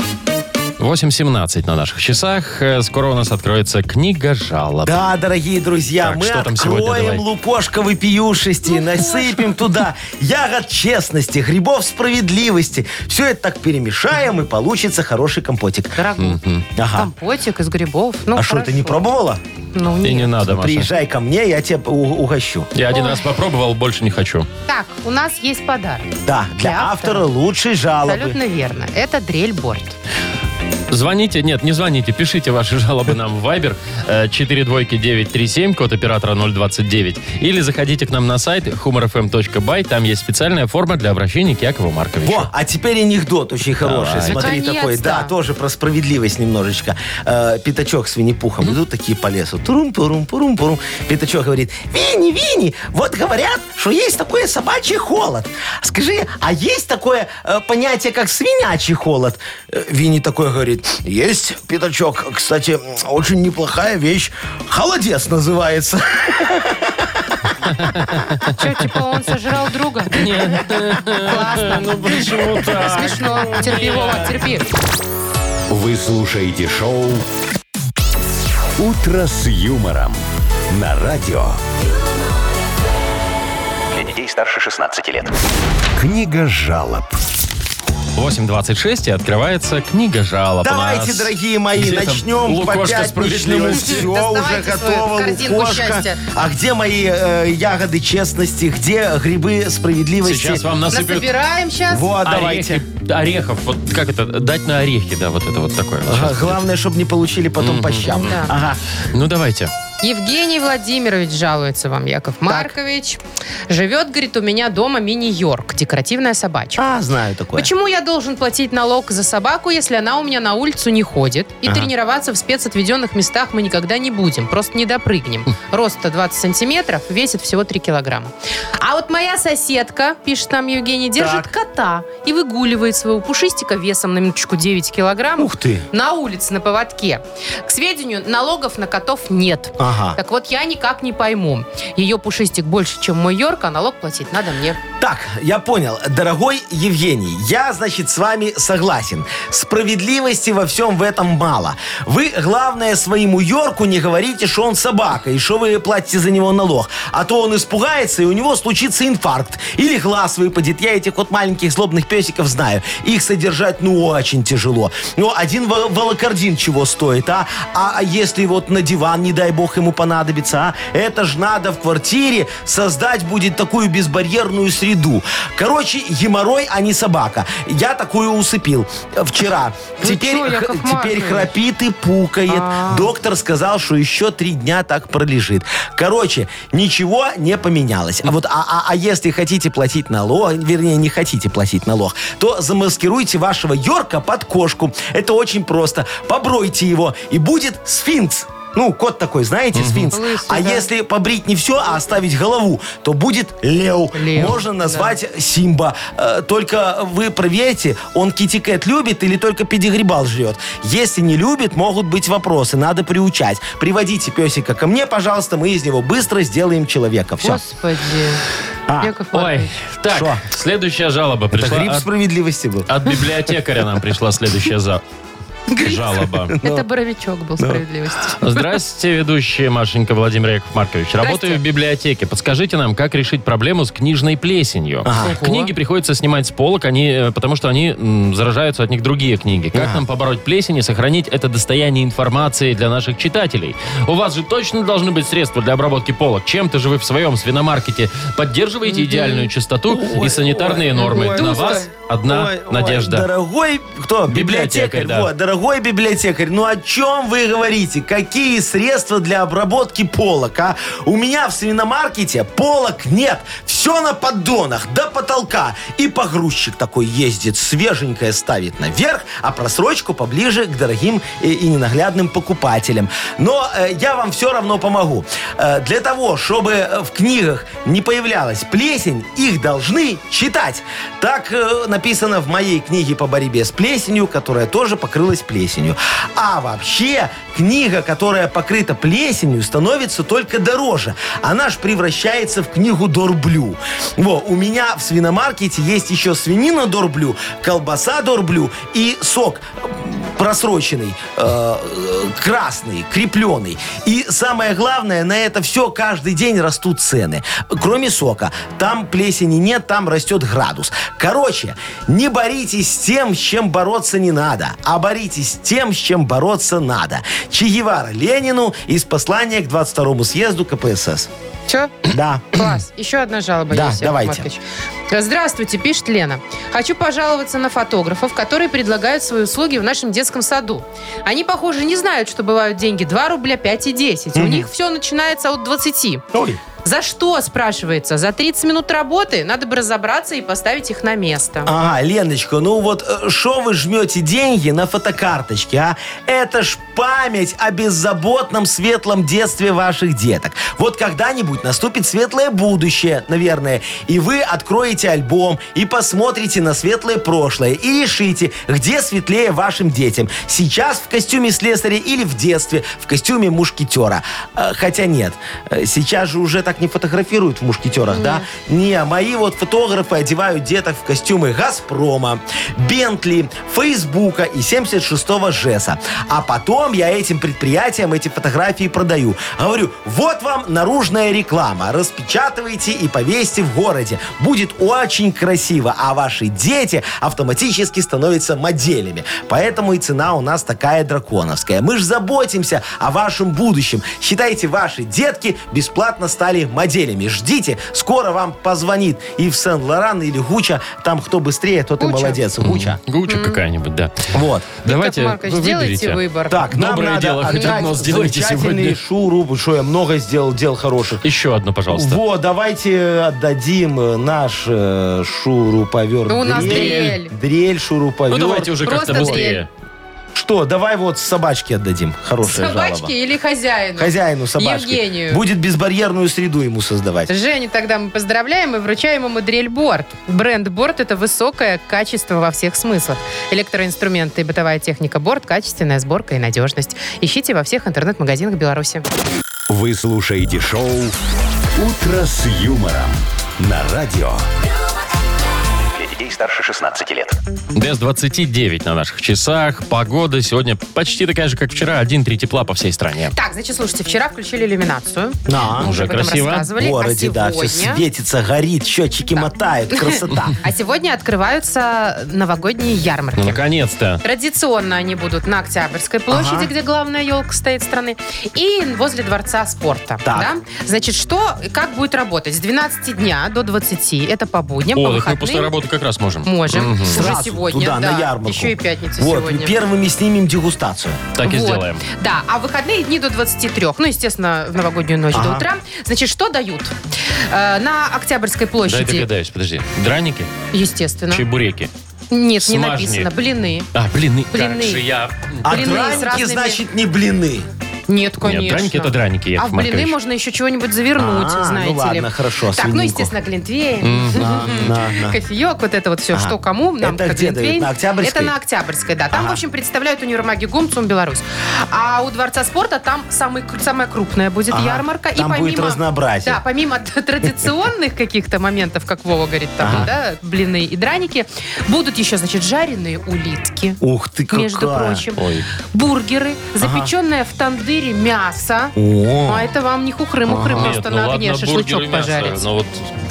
S2: 8.17 на наших часах. Э, Скоро у нас откроется книга жалоб.
S4: Да, дорогие друзья,
S2: Так,
S4: мы
S2: что там сегодня? Давай.
S4: откроем лупошковые пиюшести, насыпем туда ягод честности, грибов справедливости. Все это так перемешаем, и получится хороший компотик.
S3: Дорогой.
S4: Ага.
S3: Компотик из грибов. Ну,
S4: А что, ты не
S3: хорошо.
S4: пробовала?
S3: Ну,
S2: И не
S3: нет.
S2: надо, Маша.
S4: Приезжай ко мне, я тебя у- угощу.
S2: Я один раз попробовал, больше не хочу.
S3: Так, у нас есть подарок.
S4: Да, для,
S3: Для автора.
S4: автора, лучшей жалобы.
S3: Абсолютно верно. Это дрель-борт.
S2: Звоните, нет, не звоните, пишите ваши (laughs) жалобы нам в Viber э, 42937, код оператора 029. Или заходите к нам на сайт humorfm.by, там есть специальная форма для обращения к Якову Марковичу.
S4: Во, а теперь анекдот очень хороший. Смотри,
S3: Наконец-то.
S4: такой, да, тоже про справедливость немножечко. Э, пятачок с Винни-Пухом идут такие по лесу. Турум-пурум-пурум-пурум. Пятачок говорит, Винни, Винни, вот говорят, что есть такое собачий холод. Скажи, а есть такое э, понятие, как свинячий холод? Э, Винни такой говорит, есть, Пятачок. Кстати, очень неплохая вещь. Холодец называется.
S3: Че, типа он сожрал
S4: (laughs)
S3: друга? Нет. Классно.
S2: (laughs)
S3: Ну почему так? Смешно. Терпи, Вова, терпи.
S1: Вы слушаете шоу «Утро с юмором» на радио. Для детей старше 16 лет. Книга жалоб.
S2: 8.26 и открывается книга жалоб. у
S4: Давайте,
S2: нас.
S4: дорогие мои,
S2: Где там
S4: начнем по
S2: лукошка
S4: пятничному.
S2: справедливости?
S4: Все, уже
S3: Доставайте свою
S4: готово,
S3: корзинку счастья.
S4: лукошка. А где мои э, ягоды честности? Где грибы справедливости?
S2: Сейчас вам насыпят
S3: Насобираем сейчас.
S4: Вот,
S2: орехи,
S4: А давайте.
S2: орехов. Вот как это? Дать на орехи, да, вот это вот такое. вот.
S4: Ага, главное, чтобы не получили потом по щам.
S3: Да.
S4: Ага.
S2: Ну давайте.
S3: Евгений Владимирович жалуется вам, Яков Маркович. Живет, говорит, у меня дома мини-йорк, декоративная собачка.
S4: А, знаю такое.
S3: Почему я должен платить налог за собаку, если она у меня на улицу не ходит? И тренироваться в спецотведенных местах мы никогда не будем, просто не допрыгнем. Рост-то 20 сантиметров, весит всего 3 килограмма. А вот моя соседка, пишет нам Евгений, держит
S4: Так.
S3: кота и выгуливает своего пушистика весом на минуточку 9 килограммов
S4: Ух ты.
S3: на улице на поводке. К сведению, налогов на котов нет.
S4: Ага.
S3: Так вот, я никак не пойму. Ее пушистик больше, чем мой Йорк, а налог платить надо мне.
S4: Так, я понял. Дорогой Евгений, я, значит, с вами согласен. Справедливости во всем в этом мало. Вы, главное, своему Йорку не говорите, что он собака и что вы платите за него налог. А то он испугается, и у него случится инфаркт. Или глаз выпадет. Я этих вот маленьких злобных песиков знаю. Их содержать, ну, очень тяжело. Но один вол- волокордин чего стоит, а? А а если вот на диван, не дай бог, ему понадобится, а? Это ж надо в квартире создать будет такую безбарьерную среду. Короче, геморрой, а не собака. Я такую усыпил э, вчера. Теперь,
S3: Ну чё, Яков
S4: х- теперь
S3: Маркович?
S4: храпит и пукает.
S3: А.
S4: Доктор сказал, что еще три дня так пролежит. Короче, ничего не поменялось. А вот, а, а- а если хотите платить налог, вернее, не хотите платить налог, то замаскируйте вашего Йорка под кошку. Это очень просто. Побройте его, и будет сфинкс. Ну, кот такой, знаете, сфинкс.
S3: Лысый,
S4: а
S3: да.
S4: если побрить не все, а оставить голову, то будет лев.
S3: Лев,
S4: Можно назвать Симба. Э, Только вы проверьте, он китикет любит или только педигрибал жрет. Если не любит, могут быть вопросы. Надо приучать. Приводите песика ко мне, пожалуйста, мы из него быстро сделаем человека. Все.
S3: Господи.
S4: А.
S3: Яков
S2: Ой,
S3: Маркович.
S2: так,
S4: Шо?
S2: следующая жалоба
S4: Это
S2: пришла
S4: гриб
S2: от,
S4: справедливости был.
S2: от библиотекаря нам пришла следующая за- жалоба.
S4: ну.
S3: Это боровичок был справедливости.
S2: Здравствуйте, ведущие Машенька Владимир Яков Маркович. Работаю в библиотеке. Подскажите нам, как решить проблему с книжной плесенью.
S4: Ага.
S3: Ого.
S2: Книги приходится снимать с полок, они, э, потому что они м, заражаются от них другие книги. Как нам побороть плесень и сохранить это достояние информации для наших читателей? У вас же точно должны быть средства для обработки полок. Чем-то же вы в своем свиномаркете поддерживаете идеальную чистоту и санитарные нормы.
S4: ой,
S2: На
S4: ой,
S2: вас одна
S4: Ой, ой,
S2: надежда.
S4: дорогой, кто?
S2: Библиотекарь,
S4: Библиотекарь.
S2: да.
S4: Вот, дорогой библиотекарь, ну о чем вы говорите? Какие средства для обработки полок, а? У меня в свиномаркете полок нет. Все на поддонах, до потолка. И погрузчик такой ездит, свеженькое ставит наверх, а просрочку поближе к дорогим и, и ненаглядным покупателям. Но э, я вам все равно помогу. Э, для того, чтобы э, в книгах не появлялась плесень, их должны читать. Так э, написано в моей книге по борьбе с плесенью, которая тоже покрылась плесенью. А вообще, книга, которая покрыта плесенью, становится только дороже. Она ж превращается в книгу Дорблю. Во, у меня в свиномаркете есть еще свинина Дорблю, колбаса Дорблю и сок просроченный, э, э, красный, крепленый. И самое главное, на это все каждый день растут цены. Кроме сока. Там плесени нет, там растет градус. Короче, не боритесь с тем, с чем бороться не надо, а боритесь с тем, с чем бороться надо. Че Гевара Ленину из послания к 22 съезду КПСС.
S3: Че?
S4: Да.
S3: Класс. Еще одна жалоба
S4: Да,
S3: есть, Яков
S4: давайте.
S3: Маркович. Здравствуйте, пишет Лена. Хочу пожаловаться на фотографов, которые предлагают свои услуги в нашем детском саду. Они, похоже, не знают, что бывают деньги 2 рубля, 5 и 10. У них все начинается от 20.
S4: Ой.
S3: За что, спрашивается? За 30 минут работы надо бы разобраться и поставить их на место.
S4: Ага, Леночка, ну вот что вы жмете деньги на фотокарточке, а? Это ж память о беззаботном светлом детстве ваших деток. Вот когда-нибудь наступит светлое будущее, наверное, и вы откроете альбом и посмотрите на светлое прошлое и решите, где светлее вашим детям. Сейчас в костюме слесаря или в детстве в костюме мушкетера. Э, Хотя нет, э, сейчас же уже так не фотографируют в мушкетерах, да? Не, мои вот фотографы одевают деток в костюмы Газпрома, Бентли, Фейсбука и 76-го ЖЭСа. А потом я этим предприятиям эти фотографии продаю. Говорю, вот вам наружная реклама. Распечатывайте и повесьте в городе. Будет очень красиво, а ваши дети автоматически становятся моделями. Поэтому и цена у нас такая драконовская. Мы же заботимся о вашем будущем. Считайте, ваши детки бесплатно стали моделями. Ждите, скоро вам позвонит и в Сен-Лоран или Гуча. Там кто быстрее, тот и
S3: Гуччо.
S4: молодец. Гуча.
S2: Гуча какая-нибудь, да.
S4: Вот.
S2: Давайте
S3: Яков Маркович,
S2: вы
S3: делайте
S2: выберите.
S3: выбор.
S4: Так, нам
S2: Доброе
S4: надо
S2: дело, хоть
S4: отдать
S2: одно сделайте
S4: замечательный
S2: сегодня.
S4: шуру, что я много сделал дел хороших.
S2: Еще одно, пожалуйста.
S4: Во, давайте отдадим э, наш э, шуруповерт.
S3: Да Ну, у нас дрель.
S4: Дрель, шуруповерт.
S2: Ну давайте уже
S3: Просто
S2: как-то быстрее.
S3: дрель.
S4: Что, давай вот собачке отдадим. Хорошая
S3: Собачке
S4: жалоба.
S3: или хозяину?
S4: Хозяину собачки.
S3: Евгению.
S4: Будет безбарьерную среду ему создавать.
S3: Жене тогда мы поздравляем и вручаем ему дрель-борт. Бренд «Борт» — это высокое качество во всех смыслах. Электроинструменты и бытовая техника «Борт», качественная сборка и надежность. Ищите во всех интернет-магазинах Беларуси.
S1: Вы слушаете шоу «Утро с юмором» на радио. Для детей старше 16 лет.
S2: Без 29 на наших часах. Погода сегодня почти такая же, как вчера. 1-3 тепла по всей стране.
S3: Так, значит, слушайте, вчера включили иллюминацию.
S4: На.
S2: Уже
S3: Об этом
S2: красиво.
S3: рассказывали.
S4: В
S3: а
S4: А, городе,
S3: сегодня...
S4: да, все светится, горит, счетчики мотают, красота.
S3: А сегодня открываются новогодние ярмарки.
S2: Ну, Наконец-то.
S3: Традиционно они будут на Октябрьской площади,
S4: Ага.
S3: где главная елка стоит страны, и возле Дворца спорта.
S4: Так.
S3: Да? Значит, что, как будет работать? С 12 дня до 20, это по будням, по
S2: О, так мы
S3: выходным.
S2: после работы как раз можем.
S3: Можем.
S2: Мгм.
S3: (laughs) Уже
S4: Сразу
S3: сегодня,
S4: туда,
S3: да.
S4: на ярмарку.
S3: Еще и пятница
S4: вот,
S3: сегодня.
S4: первыми снимем дегустацию.
S2: Так и
S3: Вот.
S2: сделаем.
S3: Да, а выходные дни до 23. Ну, естественно, в новогоднюю ночь до
S4: Ага.
S3: утра. Значит, что дают? Э, на Октябрьской
S2: Дай
S3: площади,
S2: догадаюсь, подожди. Драники?
S3: естественно.
S2: Чебуреки?
S3: Нет, не
S2: Смажни.
S3: написано. Блины.
S2: А, блины.
S3: Блины.
S2: Как же я...
S4: А
S3: Блины с
S4: драники,
S3: разными- (laughs)
S4: значит, не блины.
S3: Нет, конечно.
S2: Нет, драники это драники,
S3: А
S2: Яков
S3: в блины
S2: Маркович.
S3: можно еще чего-нибудь завернуть,
S4: А, ну
S3: знаете
S4: ладно,
S3: ли.
S4: хорошо,
S3: Так, ну,
S4: свининку.
S3: естественно, глинтвейн. (laughs)
S4: На, на, на.
S3: Кофеек, вот это вот все,
S4: Ага.
S3: что кому, нам
S4: Это
S3: как
S4: где дают?
S3: глинтвейн.
S4: На Октябрьской?
S3: Это на Октябрьской, да. Там, в общем, представляют универмаги ГУМ, ЦУМ Беларусь. А у Дворца спорта там самый, кр- самая крупная будет
S4: Ага.
S3: ярмарка.
S4: Там будет разнообразие.
S3: Да, помимо (laughs) т- традиционных каких-то моментов, как Вова говорит, там, да, блины и драники, будут еще, значит, жареные улитки.
S4: Ух ты, какая.
S3: Между прочим, бургеры, запеченное в тандыре мясо.
S4: О,
S3: А это вам не хухры-мухры,
S4: Ага.
S3: просто
S2: Нет, ну
S3: на огне
S2: ладно, бургеры,
S3: шашлычок
S2: мясо,
S3: пожарить.
S2: но вот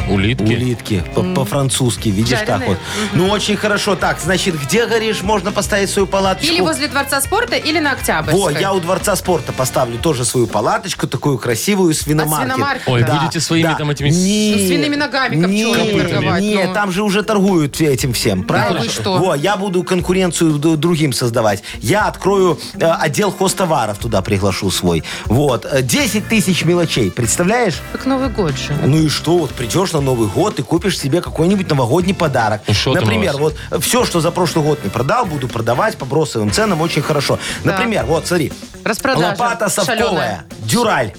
S2: улитки.
S4: улитки. По- По-французски, видишь, так
S3: Жареные.
S4: вот. Ну, очень хорошо. Так, значит, где, говоришь, можно поставить свою палаточку?
S3: Или возле Дворца спорта, или на Октябрьской.
S4: Во, я у Дворца спорта поставлю тоже свою палаточку, такую красивую, свиномаркет.
S3: свиномаркета.
S2: Ой,
S3: А, Да,
S2: будете своими
S4: да.
S2: там этими...
S4: Нет,
S3: Ну, свиными ногами, как
S4: нет,
S3: пчелы торговать,
S4: Нет,
S3: ну.
S4: там же уже торгуют этим всем, правильно?
S3: вы что?
S4: Во, я буду конкуренцию д- другим создавать. Я открою э, отдел хостоваров туда приглашу свой. Вот, э, 10 тысяч мелочей, представляешь?
S3: Как Новый год же.
S4: Ну и что, вот придешь на Новый год и купишь себе какой-нибудь новогодний подарок.
S2: Ну, что там
S4: Например,
S2: у
S4: вот все, что за прошлый год не продал, буду продавать по бросовым ценам очень хорошо. Например, вот, смотри,
S3: Распродажа.
S4: лопата совковая,
S3: шаленая.
S4: дюраль,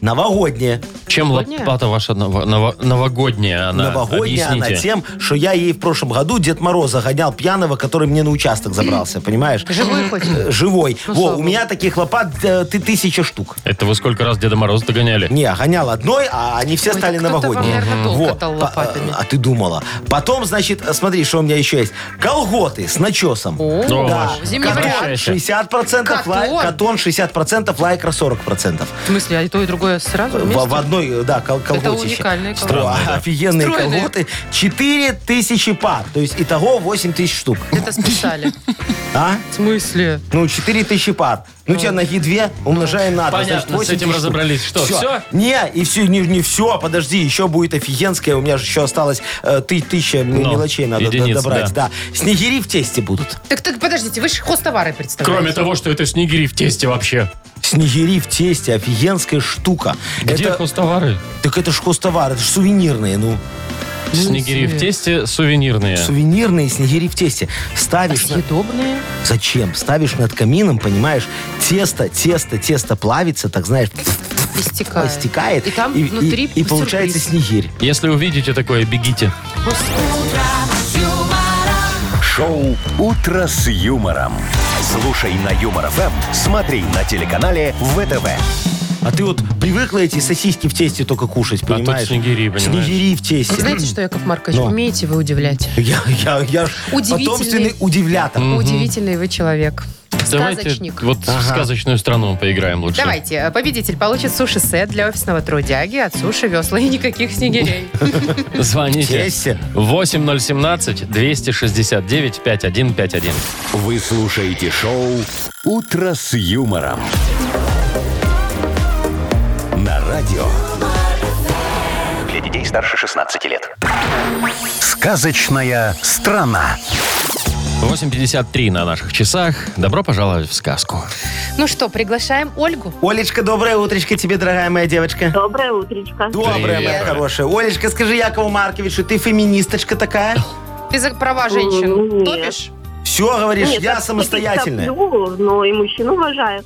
S4: новогодняя.
S2: Чем лопата ваша ново- ново- новогодняя? Она,
S4: Новогодняя
S2: Объясните.
S4: она тем, что я ей в прошлом году Дед Мороза гонял пьяного, который мне на участок забрался, понимаешь?
S3: Живой хоть?
S4: Э, Живой.
S3: Ну, слава
S4: Во, у
S3: богу.
S4: меня таких лопат э, ты тысяча штук.
S2: Это вы сколько раз Деда Мороза догоняли?
S4: Не, гонял одной, а они все
S3: Ой,
S4: стали
S3: да кто-то вам,
S4: новогодние.
S3: наверное,
S4: Мгм.
S3: толкотал
S4: Во,
S3: лопатами.
S4: а, а ты думала. Потом, значит, э, смотри, что у меня еще есть. Колготы с начесом.
S3: О,
S4: Ну, Да.
S3: зимний
S4: Катон
S3: вариант.
S2: Обращайся.
S4: 60%, лай-
S3: Катон.
S4: катон 60%, лайкра 40%.
S3: В смысле, а и то, и другое сразу
S4: В,
S3: вместе?
S4: в одной, э, да, кол- колготище.
S3: уникальные колготы.
S4: О,
S2: Странные, да.
S4: (laughs) Офигенные
S3: Стройные.
S4: колготы. 4000 пар. То есть итого 8000 штук.
S3: Это
S4: (laughs)
S3: списали.
S4: А?
S3: В смысле?
S4: Ну, 4000 пар. Ну, у тебя ноги две, умножаем на 2,
S2: Понятно,
S4: значит, 8
S2: с этим
S4: тысяч штук.
S2: разобрались. Что, всё?
S4: Не, и все, не, не все, подожди, еще будет офигенское. У меня же еще осталось э, ты, тысяча м-
S2: Но,
S4: мелочей надо д-
S2: единиц,
S4: добрать. Да. Снегири в тесте будут.
S3: Так, так, подождите, вы же хозтовары представляете.
S2: Кроме того, что это снегири в тесте вообще.
S4: Снегири в тесте, офигенская штука.
S2: Где
S4: это,
S2: хозтовары?
S4: Так это ж хостовар, это ж сувенирные, ну.
S2: Снегири в тесте сувенирные.
S4: Сувенирные снегири в тесте. Ставишь на-
S3: Съедобные.
S4: Зачем? Ставишь над камином, понимаешь, тесто, тесто, тесто плавится, так знаешь,
S3: Истекает.
S4: стекает.
S3: И там внутри
S4: и получается
S3: сюрприз.
S4: снегирь.
S2: Если увидите такое, бегите.
S1: Шоу «Утро с юмором». Слушай на Юмор ФМ, смотри на телеканале ВТВ.
S4: А ты вот привыкла эти сосиски в тесте только кушать,
S2: А тут
S4: понимаешь?
S2: снегири, понимаешь?
S4: Снегири в тесте.
S3: Вы знаете что, Яков Маркович,
S4: Но.
S3: умеете вы удивлять.
S4: Я, я, я ж
S3: Удивительный.
S4: потомственный удивлятор.
S3: Удивительный вы человек. Сказочник.
S2: Давайте вот в сказочную страну поиграем лучше.
S3: Давайте, э, победитель получит суши-сет для офисного трудяги от суши, весла и никаких снегирей.
S2: Звоните.
S4: Тесте.
S2: 8017-269-5151.
S1: Вы слушаете шоу «Утро с юмором». На радио. Для детей старше 16 лет. Сказочная страна.
S2: 8.53 на наших часах. Добро пожаловать в сказку.
S3: Ну что, приглашаем Ольгу.
S4: Олечка, доброе утречко тебе, дорогая моя девочка.
S7: Доброе утречко.
S4: Доброе, моя
S2: Привет.
S4: хорошая. Олечка, скажи Якову Марковичу, ты феминисточка такая?
S3: Ты за права женщин
S7: ну, Нет.
S3: топишь?
S4: Все, говоришь,
S7: Нет,
S4: я
S7: так-
S4: самостоятельная.
S7: таких соблюду, Но и мужчин уважаю.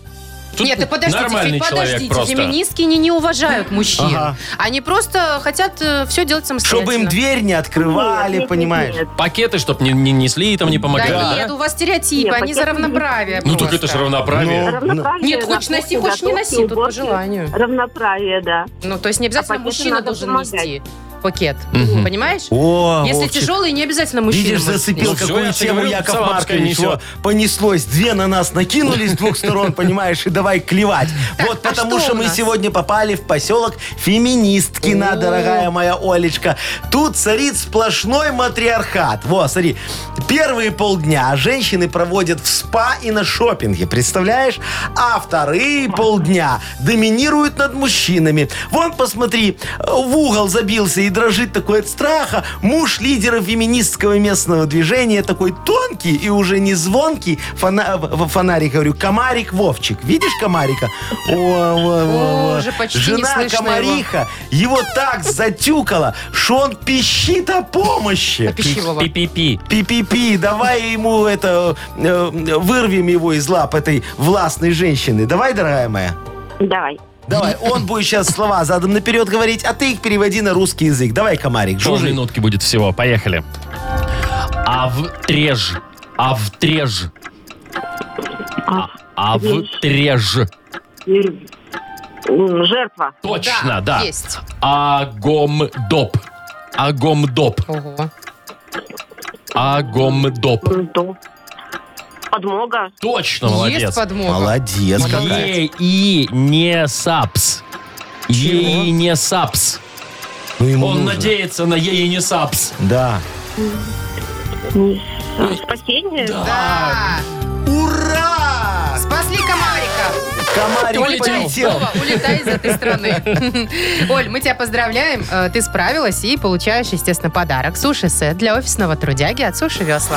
S2: Тут
S3: Нет, и подождите,
S2: нормальный
S3: Федь, подождите.
S2: человек просто.
S3: Феминистки не, не уважают мужчин.
S4: Ага.
S3: Они просто хотят все делать самостоятельно.
S4: Чтобы им дверь не
S7: Нет,
S4: открывали,
S7: нет,
S4: понимаешь?
S7: нет.
S2: Пакеты, чтоб не, не несли и там не
S3: Да
S2: помогали, да?
S3: нет, у вас стереотипы,
S7: Нет,
S3: они за
S7: пакеты
S3: равноправие
S2: Ну так
S3: просто. Ну,
S2: это же равноправие.
S7: Равноправие.
S3: Нет, хочешь
S7: на кухне,
S3: носи, хочешь не
S7: готовки,
S3: носи, тут по
S7: уборки.
S3: желанию.
S7: Равноправие, да.
S3: Ну, то есть не обязательно
S7: А пакеты
S3: мужчина
S7: надо
S3: должен
S7: помогать.
S3: нести пакет.
S2: Мгм.
S3: Понимаешь?
S4: О,
S3: Если
S4: Вовчик,
S3: тяжелый, не обязательно мужчина.
S4: Видишь,
S3: может
S4: зацепил
S2: Ну, всё,
S4: какую
S2: я же
S4: тему
S2: говорил,
S4: Яков
S2: Саламовская
S4: Маркович.
S2: несёт.
S4: Во, Понеслось. Две на нас накинулись с двух сторон, понимаешь, и давай клевать.
S3: Так,
S4: Вот
S3: а
S4: потому
S3: что
S4: что
S3: у
S4: мы
S3: нас?
S4: сегодня попали в поселок Феминисткина, дорогая моя Олечка. Тут царит сплошной матриархат. Во, смотри. Первые полдня женщины проводят в спа и на шопинге, представляешь? А вторые полдня доминируют над мужчинами. Вон, посмотри, в угол забился и дрожит такой от страха муж лидера феминистского местного движения, такой тонкий и уже не звонкий, фона- в- в- фонарик, говорю, комарик Вовчик. Видишь комарика? О, во, во, во.
S3: Уже почти не
S4: Жена
S3: слышно
S4: комариха его. так затюкала, что он пищит о помощи.
S3: Пищи, Вова.
S2: Пи-пи-пи.
S4: Пи-пи-пи, давай ему это, э, вырвем его из лап этой властной женщины. Давай, дорогая моя.
S7: Давай.
S4: Давай, он будет сейчас слова задом наперед говорить, а ты их переводи на русский язык. Давай, комарик,
S2: Полминутки
S4: жужжи.
S2: минутки будет всего. Поехали. Автреж. Автреж.
S7: А,
S2: Автреж.
S7: м, м, Жертва.
S2: Точно, да.
S3: Есть.
S2: Агомдоп. Агомдоп.
S3: Ого.
S2: Агомдоп.
S7: М, то. Подмога.
S2: Точно,
S3: Есть
S2: молодец.
S3: подмога.
S4: Молодец какая.
S2: Е и не сапс. Е и не сапс.
S4: Ну, ему
S2: Он
S4: нужно.
S2: надеется на е и не сапс.
S4: Да.
S7: М, Спасение.
S3: Да.
S4: Ура!
S3: Спасли комарика.
S4: Комарик
S2: Улетел.
S4: полетел.
S3: Вова, улетай из этой страны.
S4: (laughs)
S3: Оль, мы тебя поздравляем. Э, Ты справилась и получаешь, естественно, подарок. Суши-сет для офисного трудяги от Суши Весла.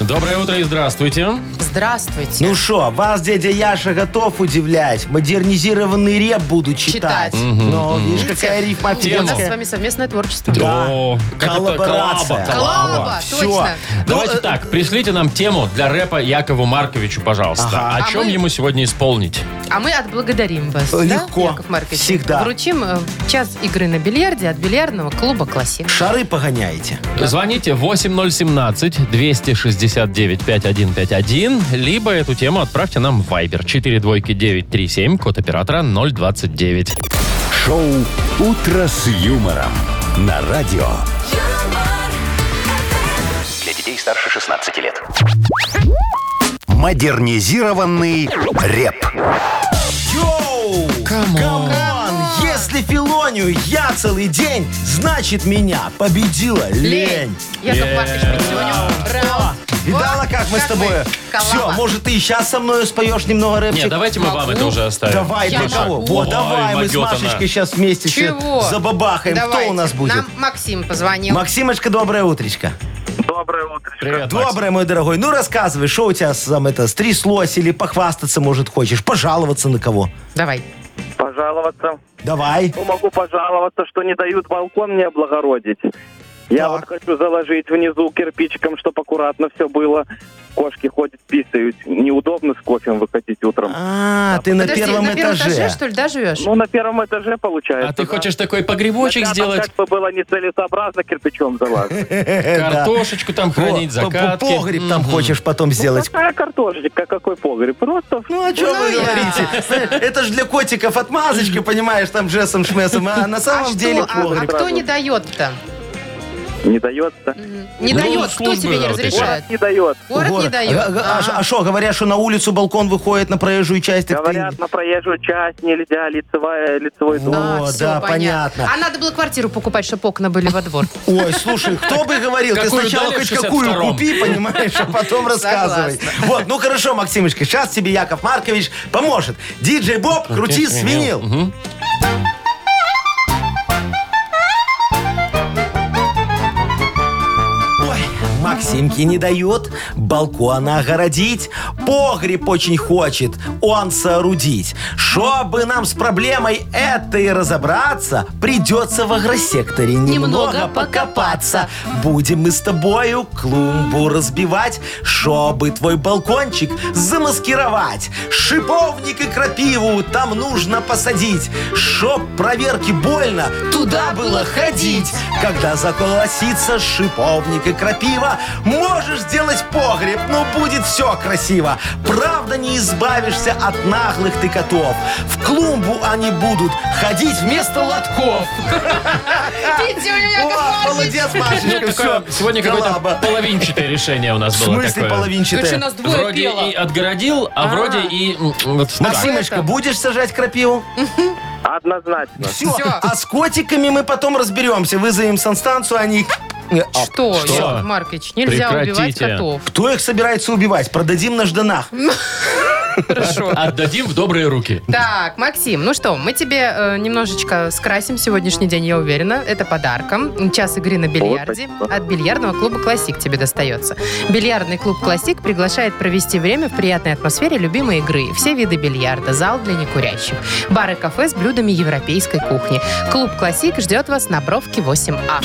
S2: Доброе утро и здравствуйте.
S3: Здравствуйте.
S4: Ну что, вас дядя Яша готов удивлять. Модернизированный реп буду читать.
S3: Читать.
S4: Ну, видишь, какая рифма
S3: У нас
S2: тема.
S3: с вами совместное творчество.
S4: Да.
S2: О, как это?
S4: Коллаборация.
S2: коллаба.
S3: Коллаба,
S4: Всё.
S3: точно.
S2: Давайте
S4: Ну, э,
S2: так, пришлите нам тему для рэпа Якову Марковичу, пожалуйста.
S4: Ага.
S2: О
S3: А
S2: чем
S3: мы-
S2: ему сегодня исполнить?
S3: А мы отблагодарим вас. да,
S4: Легко.
S3: Яков Маркович?
S4: Всегда.
S3: Вручим э, час игры на бильярде от бильярдного клуба «Классик».
S4: Шары погоняете.
S2: Звоните 8017-269-5151, либо эту тему отправьте нам в Viber 42937, код оператора 029.
S1: Шоу «Утро с юмором» на радио. Для детей старше 16 лет. Модернизированный реп.
S4: Йоу!
S2: Камон.
S4: Камон! Если Филонию я целый день, значит меня победила лень.
S3: Яков Маркович, мы сегодня раунд.
S4: Видала, как мы с
S3: Как
S4: тобой?
S3: мы?
S4: Все,
S3: Коллаба.
S2: Коллаба.
S4: может, ты и сейчас со мной споешь немного рэпчик?
S2: Нет, давайте мы вам
S3: Могу.
S2: это уже оставим.
S4: Давай,
S3: Я
S4: для кого?
S3: могу.
S4: ну Вот,
S2: Ой,
S4: давай, мы с
S2: могёт она.
S4: Машечкой сейчас вместе всё
S3: Чего?
S4: забабахаем. Кто у нас
S3: Давайте.
S4: будет?
S3: Нам Максим позвонил.
S4: Максимочка, доброе утречко.
S6: Доброе утро.
S2: Привет, Макс.
S4: Доброе, мой дорогой. Ну, рассказывай, что у тебя там это, стряслось или похвастаться, может, хочешь, пожаловаться на кого?
S3: Давай.
S5: Пожаловаться.
S4: Давай.
S5: Ну, могу пожаловаться, что не дают балкон мне облагородить.
S4: Так.
S5: Я вот хочу заложить внизу кирпичиком, чтобы аккуратно все было. Кошки ходят, писают. Неудобно с кофе выходить утром.
S4: А, ты на
S3: Подожди,
S4: первом
S3: на первом этаже.
S4: этаже.
S3: что ли, да, живешь?
S5: Ну, на первом этаже получается.
S2: А ты
S5: да.
S2: хочешь такой
S5: На
S2: погребочек
S5: пятом
S2: сделать,
S5: Как бы было нецелесообразно кирпичом залазить.
S2: картошечку там хранить,
S4: Вот, Э, по- по-
S2: закатки.
S4: Погреб там хочешь потом сделать.
S5: Какая картошечка, какой погреб. Просто
S4: Ну, о чем
S3: Ну,
S4: вы
S3: я.
S4: говорите? Это же для котиков отмазочка, понимаешь, там Джессом Шмесом. А на
S3: А,
S4: самом
S3: что,
S4: деле
S3: а- а
S4: погреб.
S3: кто не дает-то?
S5: не дается.
S3: Не
S2: Ну,
S3: дает, кто
S2: службы
S3: тебе не
S2: вот
S3: разрешает?
S5: Город не дает.
S3: Город, не
S4: Город.
S3: дает.
S4: А- а-
S3: Ага.
S4: А что, говорят, что на улицу балкон выходит на проезжую часть? так ты-
S5: Говорят, на проезжую часть нельзя, лицевая, лицевой дом.
S4: О,
S3: а, всё
S4: да, понятно.
S3: А надо было квартиру покупать, чтобы окна были во двор.
S4: Ой, слушай, кто бы говорил, ты
S2: Какую
S4: сначала
S2: дали в
S4: хоть какую
S2: 62-м?
S4: купи, понимаешь, а потом рассказывай. Вот, ну хорошо, Максимочка, сейчас тебе Яков Маркович поможет. Диджей Боб, крути свинил.
S2: Мгм.
S4: Ой, Максимке не дают балкона огородить. Погреб очень хочет он соорудить. Чтобы нам с проблемой этой разобраться, придется в агросекторе немного,
S3: Немного
S4: покопаться. Будем мы с тобою клумбу разбивать, чтобы твой балкончик замаскировать. Шиповник и крапиву там нужно посадить, чтоб проверки больно туда было ходить. Когда заколосится шиповник и крапива, можешь сделать погреб, но будет все красиво. Правда, не избавишься от наглых ты котов. В клумбу они будут ходить вместо лотков.
S3: Видите, у меня
S4: О,
S3: Яков Маркович.
S4: молодец,
S2: Ну,
S4: Машечка,
S2: такое-
S4: все.
S2: Сегодня какое-то половинчатое решение у нас
S4: В
S2: было.
S4: смысле
S2: такое.
S3: Короче,
S4: половинчатая?
S3: нас двое
S2: Вроде
S3: пело.
S2: и отгородил, а,
S3: А.
S2: вроде и... м, вот так.
S4: Максимочка, будешь сажать крапиву?
S5: Однозначно.
S4: Все.
S3: Всё.
S4: А с котиками мы потом разберемся. Вызовем санстанцию, они... Э, а
S3: Что,
S2: Что?
S3: Яков Маркович, нельзя убивать
S2: Прекратите.
S3: котов.
S4: Кто их собирается убивать? Продадим на Жданах.
S3: Хорошо.
S2: Отдадим в добрые руки. (laughs)
S3: Так, Максим, ну что, мы тебе э, немножечко скрасим сегодняшний день, я уверена. Это подарком. Час игры на бильярде
S5: спасибо.
S3: от бильярдного клуба «Классик» тебе достается. Бильярдный клуб «Классик» приглашает провести время в приятной атмосфере любимой игры. Все виды бильярда, зал для некурящих, бары и кафе с блюдами европейской кухни. Клуб «Классик» ждет вас на Бровке А. 8А.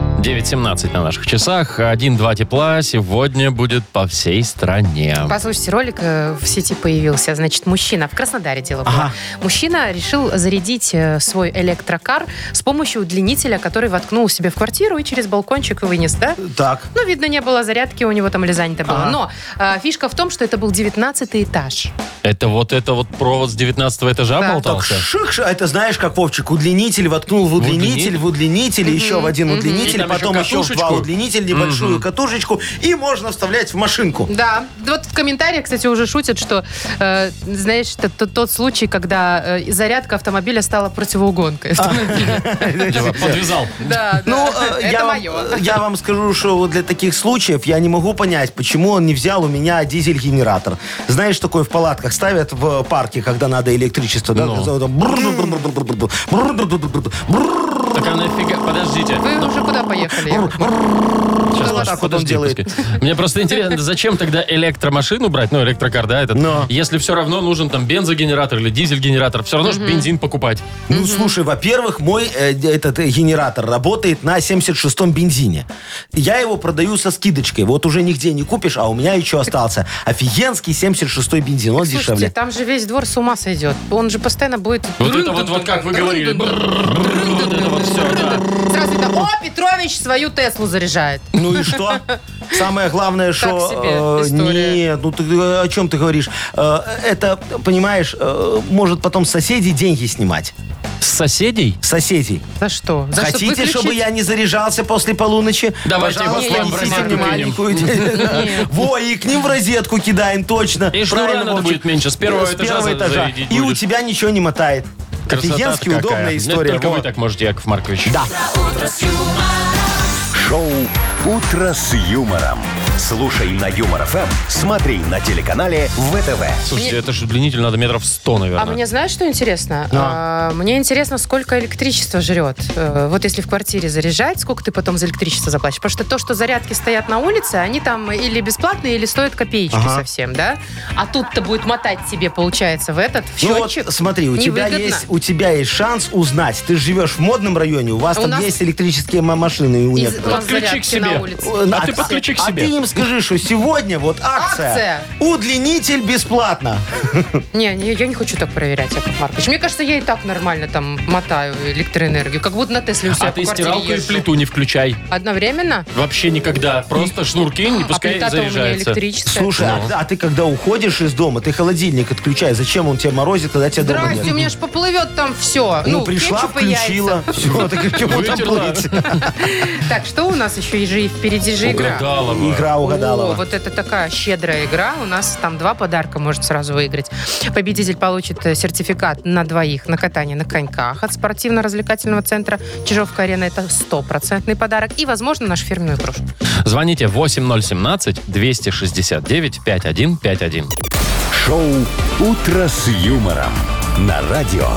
S2: 9.17 на наших часах. 1-2 тепла сегодня будет по всей стране.
S3: Послушайте, ролик э, в сети появился. Значит, мужчина в Краснодаре дело было. Мужчина решил зарядить э, свой электрокар с помощью удлинителя, который воткнул себе в квартиру и через балкончик вынес, да?
S4: Так.
S3: Ну, видно, не было зарядки, у него там или занято было.
S4: Ага.
S3: Но э, фишка в том, что это был 19 этаж.
S2: Это вот это вот провод с 19 этажа
S3: Да.
S4: Так
S2: болтался?
S4: шик, шик. это знаешь, как Вовчик, удлинитель воткнул в
S2: удлинитель?
S4: удлинитель, в удлинитель, еще в один
S2: И
S4: удлинитель,
S2: там еще
S4: потом еще в два
S2: катушечку?
S4: удлинитель, небольшую катушечку, и можно вставлять в машинку.
S3: Да. Вот в комментариях, кстати, уже шутят, что, э, знаешь, это тот, тот случай, когда э, зарядка автомобиля стала противоугонкой.
S2: Типа, Подвязал.
S3: (laughs) Да,
S4: А. Ну,
S3: да.
S4: э,
S3: это
S4: я, вам,
S3: мое.
S4: э, я вам скажу, что вот для таких случаев я не могу понять, почему он не взял у меня дизель-генератор. Знаешь, такой в палатках ставят в парке, когда надо электричество. да,
S2: Ну.
S4: там бррр-бррр-бррр-бррр-бррр, бррр-бррр-бррр-бррр-бррр.
S2: Так а нафига? Подождите.
S3: Вы уже куда поехали? Яков
S2: Сейчас,
S4: Ну, вот
S2: Маша,
S4: так вот он
S2: подожди,
S4: делает.
S2: пускай. Мне просто интересно, зачем тогда электромашину брать, ну, электрокар, да, этот?
S4: Но.
S2: Если все равно нужен там бензогенератор или дизель-генератор, все равно же бензин покупать.
S4: Ну, слушай, во-первых, мой э, д- этот э, генератор работает на 76-м бензине. Я его продаю со скидочкой. Вот уже нигде не купишь, а у меня еще остался. Офигенский 76-й бензин, он
S3: Слушайте,
S4: дешевле.
S3: там же весь двор с ума сойдет. Он же постоянно будет...
S2: Вот это вот, вот как вы говорили. Брррр, вот это вот все, да.
S3: Сразу это, о, Петрович свою Теслу заряжает.
S4: Ну и что? Самое главное, что...
S3: себе
S4: э,
S3: история.
S4: Нет, ну ты э, о чем ты говоришь? Э, Это, понимаешь, э, может потом соседи деньги снимать.
S2: С соседей?
S4: Соседей.
S3: За что? За что
S4: Хотите,
S3: выключить?
S4: чтобы я не заряжался после полуночи?
S2: Давайте
S4: Пожалуйста,
S2: его к вам в
S4: несите
S2: розетку
S4: мне
S2: кинем.
S4: маленькую. (laughs) Во, и к ним в розетку кидаем, точно.
S2: И шнура
S4: Правильно,
S2: надо
S4: Вовчик.
S2: будет меньше, с первого
S4: С
S2: этажа
S4: первого
S2: за-
S4: этажа.
S2: зарядить
S4: И у
S2: будешь.
S4: тебя ничего не мотает.
S2: Красота Ну,
S4: Офигенски удобная история.
S2: только вы
S4: во.
S2: так можете, Яков Маркович.
S4: Да.
S1: Шоу «Утро с юмором». Слушай на Юмор ФМ, смотри на телеканале ВТВ.
S2: Слушайте, это же удлинитель надо метров 100,
S3: А
S2: наверное.
S3: мне знаешь, что интересно?
S4: Ну. Да.
S3: А, Мне интересно, сколько электричества жрет. Э, Вот если в квартире заряжать, сколько ты потом за электричество заплатишь? Потому что то, что зарядки стоят на улице, они там или бесплатные, или стоят копеечки
S4: Ага.
S3: совсем, да? А тут-то будет мотать тебе, получается, в этот, в
S4: Ну
S3: счетчик.
S4: вот, смотри, у тебя,
S3: Невыгодно.
S4: есть, у тебя есть шанс узнать. Ты же живешь в модном районе, у вас
S3: А у
S4: там
S3: нас-
S4: есть электрические ма- машины, и у
S3: И
S4: некоторых.
S3: вам
S2: Подключи к
S3: зарядки на
S2: себе.
S3: улице.
S4: Э,
S2: А ты подключи к
S4: а
S2: себе.
S4: ты им скажи, что сегодня вот акция.
S3: Акция.
S4: Удлинитель бесплатно.
S3: Не, не, я не хочу так проверять, Яков Маркович. Мне кажется, я и так нормально там мотаю электроэнергию. Как будто на Тесле у себя
S2: А
S3: в
S2: ты
S3: квартире
S2: стиралку и
S3: езжу.
S2: плиту не включай.
S3: Одновременно?
S2: Вообще никогда. Просто шнурки, не пускай
S3: а плита-то у меня
S2: заряжается.
S3: электрическая.
S4: Слушай,
S2: Ну.
S4: а, а ты когда уходишь из дома, ты холодильник отключай. Зачем он тебя морозит, когда тебя дома нет?
S3: Здрасте, у меня ж поплывет там все.
S4: Ну, пришла, включила.
S2: (laughs)
S4: Все, так и к чему там
S2: Вытерла.
S4: плыть?
S3: Так, что у нас еще и же и впереди же игра?
S2: Угадалова.
S4: Игра
S3: О,
S4: угадала.
S3: вот это такая щедрая игра. У нас там два подарка может сразу выиграть. Победитель получит э, сертификат на двоих на катание на коньках от спортивно-развлекательного центра Чижовка-Арена. Это стопроцентный подарок. И, возможно, нашу фирменную кружку.
S2: Звоните 8017-269-5151.
S1: Шоу «Утро с юмором» на радио.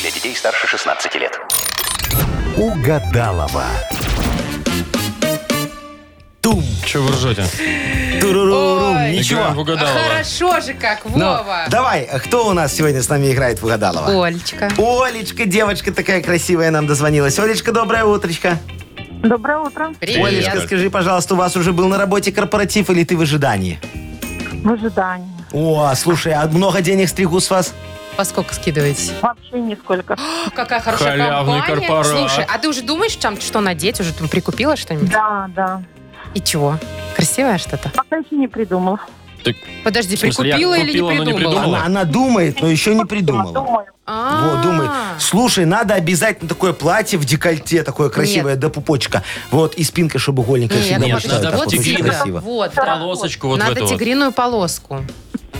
S1: Для детей старше 16 лет. Угадалова.
S4: Тум,
S2: Че вы ржете?
S3: Ой.
S4: турурурум,
S2: Играем в
S4: ничего.
S2: угадалово.
S3: Хорошо же как,
S4: Но,
S3: Вова.
S4: давай, кто у нас сегодня с нами играет в угадалова?
S3: Олечка.
S4: Олечка, девочка такая красивая нам дозвонилась. Олечка, доброе утречко.
S7: Доброе утро.
S2: Привет.
S4: Олечка, скажи, пожалуйста, у вас уже был на работе корпоратив или ты в ожидании?
S7: В ожидании.
S4: О, слушай, а много денег стригу с вас?
S3: Поскольку А скидываете?
S7: Вообще нисколько.
S3: О, Какая хорошая
S2: Халявный
S3: компания.
S2: корпорат.
S3: Слушай, а ты уже думаешь, там, что надеть? Уже там прикупила что-нибудь?
S7: Да, да.
S3: И чего? Красивое что-то?
S7: Пока еще не придумала.
S3: Подожди,
S2: В смысле, я
S3: прикупила или
S2: купила, но
S3: не
S2: не придумала.
S3: придумала? А.
S4: Она, она думает, но еще не придумала.
S7: Думаю.
S4: Вот, думает. Слушай, надо обязательно такое платье в декольте, такое красивое, до пупочка. Вот, и спинка, чтобы угольника
S3: Нет,
S4: всегда
S2: Нет,
S3: Яков
S4: торчала,
S2: надо
S4: так
S3: Маркович,
S4: вот,
S2: в
S4: очень
S2: тигриное.
S3: вот,
S4: красиво.
S3: вот, да.
S2: Полосочку вот в
S3: Надо
S2: эту вот.
S3: тигриную полоску.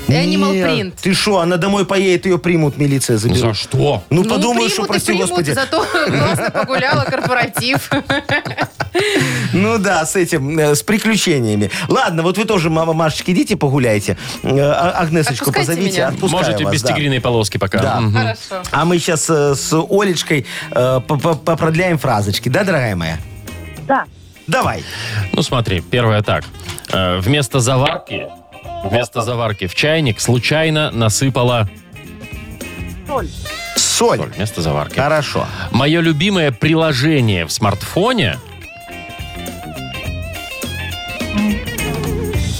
S3: Animal
S4: Не,
S3: print.
S4: Ты что, она домой поедет, ее примут, милиция
S2: За
S4: заберет.
S2: что?
S4: Ну,
S3: Ну,
S4: подумаешь,
S3: примут
S4: что,
S3: и
S4: прости
S3: примут,
S4: господи.
S3: Зато классно погуляла корпоратив. (laughs)
S4: Ну да, с этим, э, с приключениями. Ладно, вот вы тоже, мама Машечки, идите погуляйте. Э, А- Агнесочку
S3: Отпускайте
S4: позовите,
S3: меня.
S4: отпускаю
S2: Можете
S4: вас,
S2: без
S4: да.
S2: тигриной полоски пока.
S4: Да.
S2: Мгм.
S3: Хорошо.
S4: А мы сейчас с Олечкой э, по- по- попродляем фразочки, да, дорогая моя?
S7: Да.
S4: Давай.
S2: Ну смотри, первое так. Э, Вместо заварки, вместо заварки в чайник случайно насыпала
S7: Соль.
S4: Соль.
S2: соль вместо заварки.
S4: Хорошо.
S2: Мое любимое приложение в смартфоне.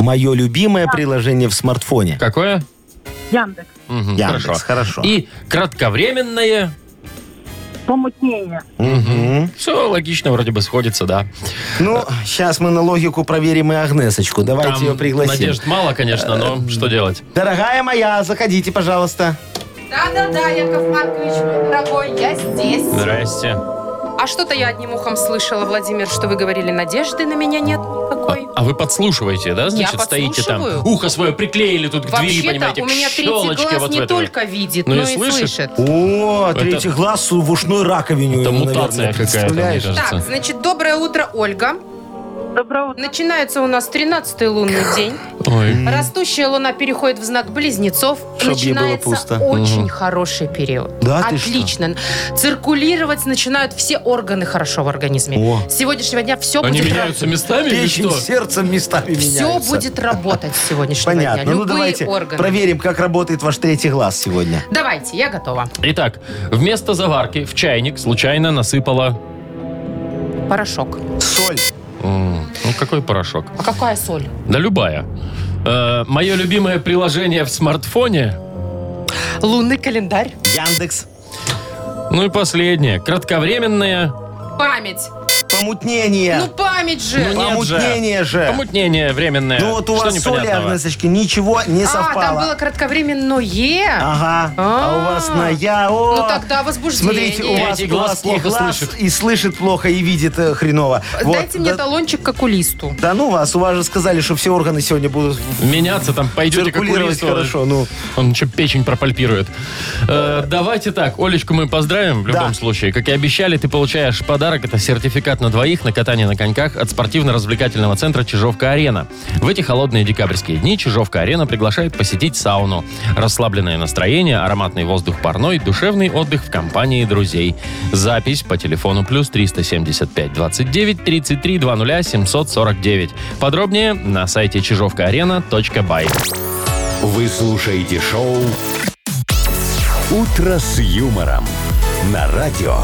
S4: Мое любимое приложение в смартфоне.
S2: Какое?
S7: Яндекс.
S2: Мгм,
S4: Яндекс,
S2: хорошо.
S4: хорошо.
S2: И кратковременное.
S7: Помутнение.
S4: Мгм.
S2: Все логично, вроде бы сходится, да.
S4: Ну, сейчас мы на логику проверим и Агнесочку. Давайте
S2: Там
S4: ее пригласим.
S2: Надежд мало, конечно,
S4: Э,
S2: но что делать?
S4: Дорогая моя, заходите, пожалуйста.
S3: Да-да-да, Яков Маркович, дорогой, я здесь.
S2: Здрасте.
S3: А что-то я одним ухом слышала, Владимир, что вы говорили, надежды на меня нет никакой.
S2: А вы подслушиваете, да? Значит, стоите там.
S3: подслушиваю.
S2: Ухо свое приклеили
S4: А,
S2: тут к двери, понимаете,
S3: Вообще-то у
S2: к
S3: меня третий
S2: щелочке
S3: глаз
S2: вот в
S3: не
S2: этой вот.
S3: только видит,
S2: Ну
S3: но
S2: и
S3: и
S2: слышит.
S3: слышит.
S4: О,
S2: Это-
S4: третий глаз в ушной раковине.
S2: Это
S4: у него,
S2: мутация
S4: наверное,
S2: какая-то, мне
S4: представляешь?
S3: Так,
S2: кажется.
S3: значит, доброе утро, Ольга.
S7: Доброе утро.
S3: Начинается у нас 13-й лунный день.
S2: Ой.
S3: Растущая луна переходит в знак близнецов.
S4: Чтоб ей было
S3: Начинается
S4: пусто.
S3: очень хороший период.
S4: Да, ты что?
S3: Отлично. Циркулировать начинают все органы хорошо в организме.
S4: О.
S3: С сегодняшнего дня все
S2: Они
S3: будет
S2: меняются местами или
S4: Печень
S2: что?
S4: с сердцем местами
S3: Все
S4: меняются.
S3: будет работать с сегодняшнего
S4: Понятно.
S3: дня.
S4: ну
S3: Любые
S4: давайте
S3: органы.
S4: проверим, как работает ваш третий глаз сегодня.
S3: Давайте, я готова.
S2: Итак, вместо заварки в чайник случайно насыпала...
S3: Порошок.
S4: Соль.
S2: М, Ну, какой порошок?
S3: А какая соль?
S2: Да любая. мое любимое приложение в смартфоне.
S3: Лунный календарь.
S4: Яндекс.
S2: Ну и последнее. Кратковременное
S3: Память.
S4: Помутнение.
S3: Ну память же.
S2: Ну, нет
S4: Помутнение же.
S2: помутнение временное.
S4: Э. Ну вот у
S2: Что
S4: вас соли,
S2: непонятного?
S4: Агнесочки, ничего не
S3: а,
S4: совпало.
S3: там было кратковременное.
S4: Ага.
S3: А.
S4: А у вас на я. О.
S3: Ну тогда возбуждение.
S4: Смотрите, у вас
S2: Третий глаз
S4: глаз не
S2: плохо
S4: глаз
S2: слышит.
S4: и слышит плохо, и видит э, хреново. Вот,
S3: Дайте мне
S4: да-
S3: талончик к окулисту.
S4: Да ну вас, у вас же сказали, что все органы сегодня будут в-
S2: Меняться там, пойдете как
S4: циркулировать
S2: курица.
S4: хорошо. Ну,
S2: Он еще печень пропальпирует. Э, давайте так, Олечку мы поздравим в любом
S4: Да.
S2: случае. Как и обещали, ты получаешь подарок. Это сертификат на двоих на катание на коньках от спортивно-развлекательного центра «Чижовка-арена». В эти холодные декабрьские дни «Чижовка-арена» приглашает посетить сауну. Расслабленное настроение, ароматный воздух парной, душевный отдых в компании друзей. Запись по телефону плюс 375 29 33 00 749. Подробнее на сайте чижовкаарена.бай.
S1: Вы слушаете шоу «Утро с юмором» на радио.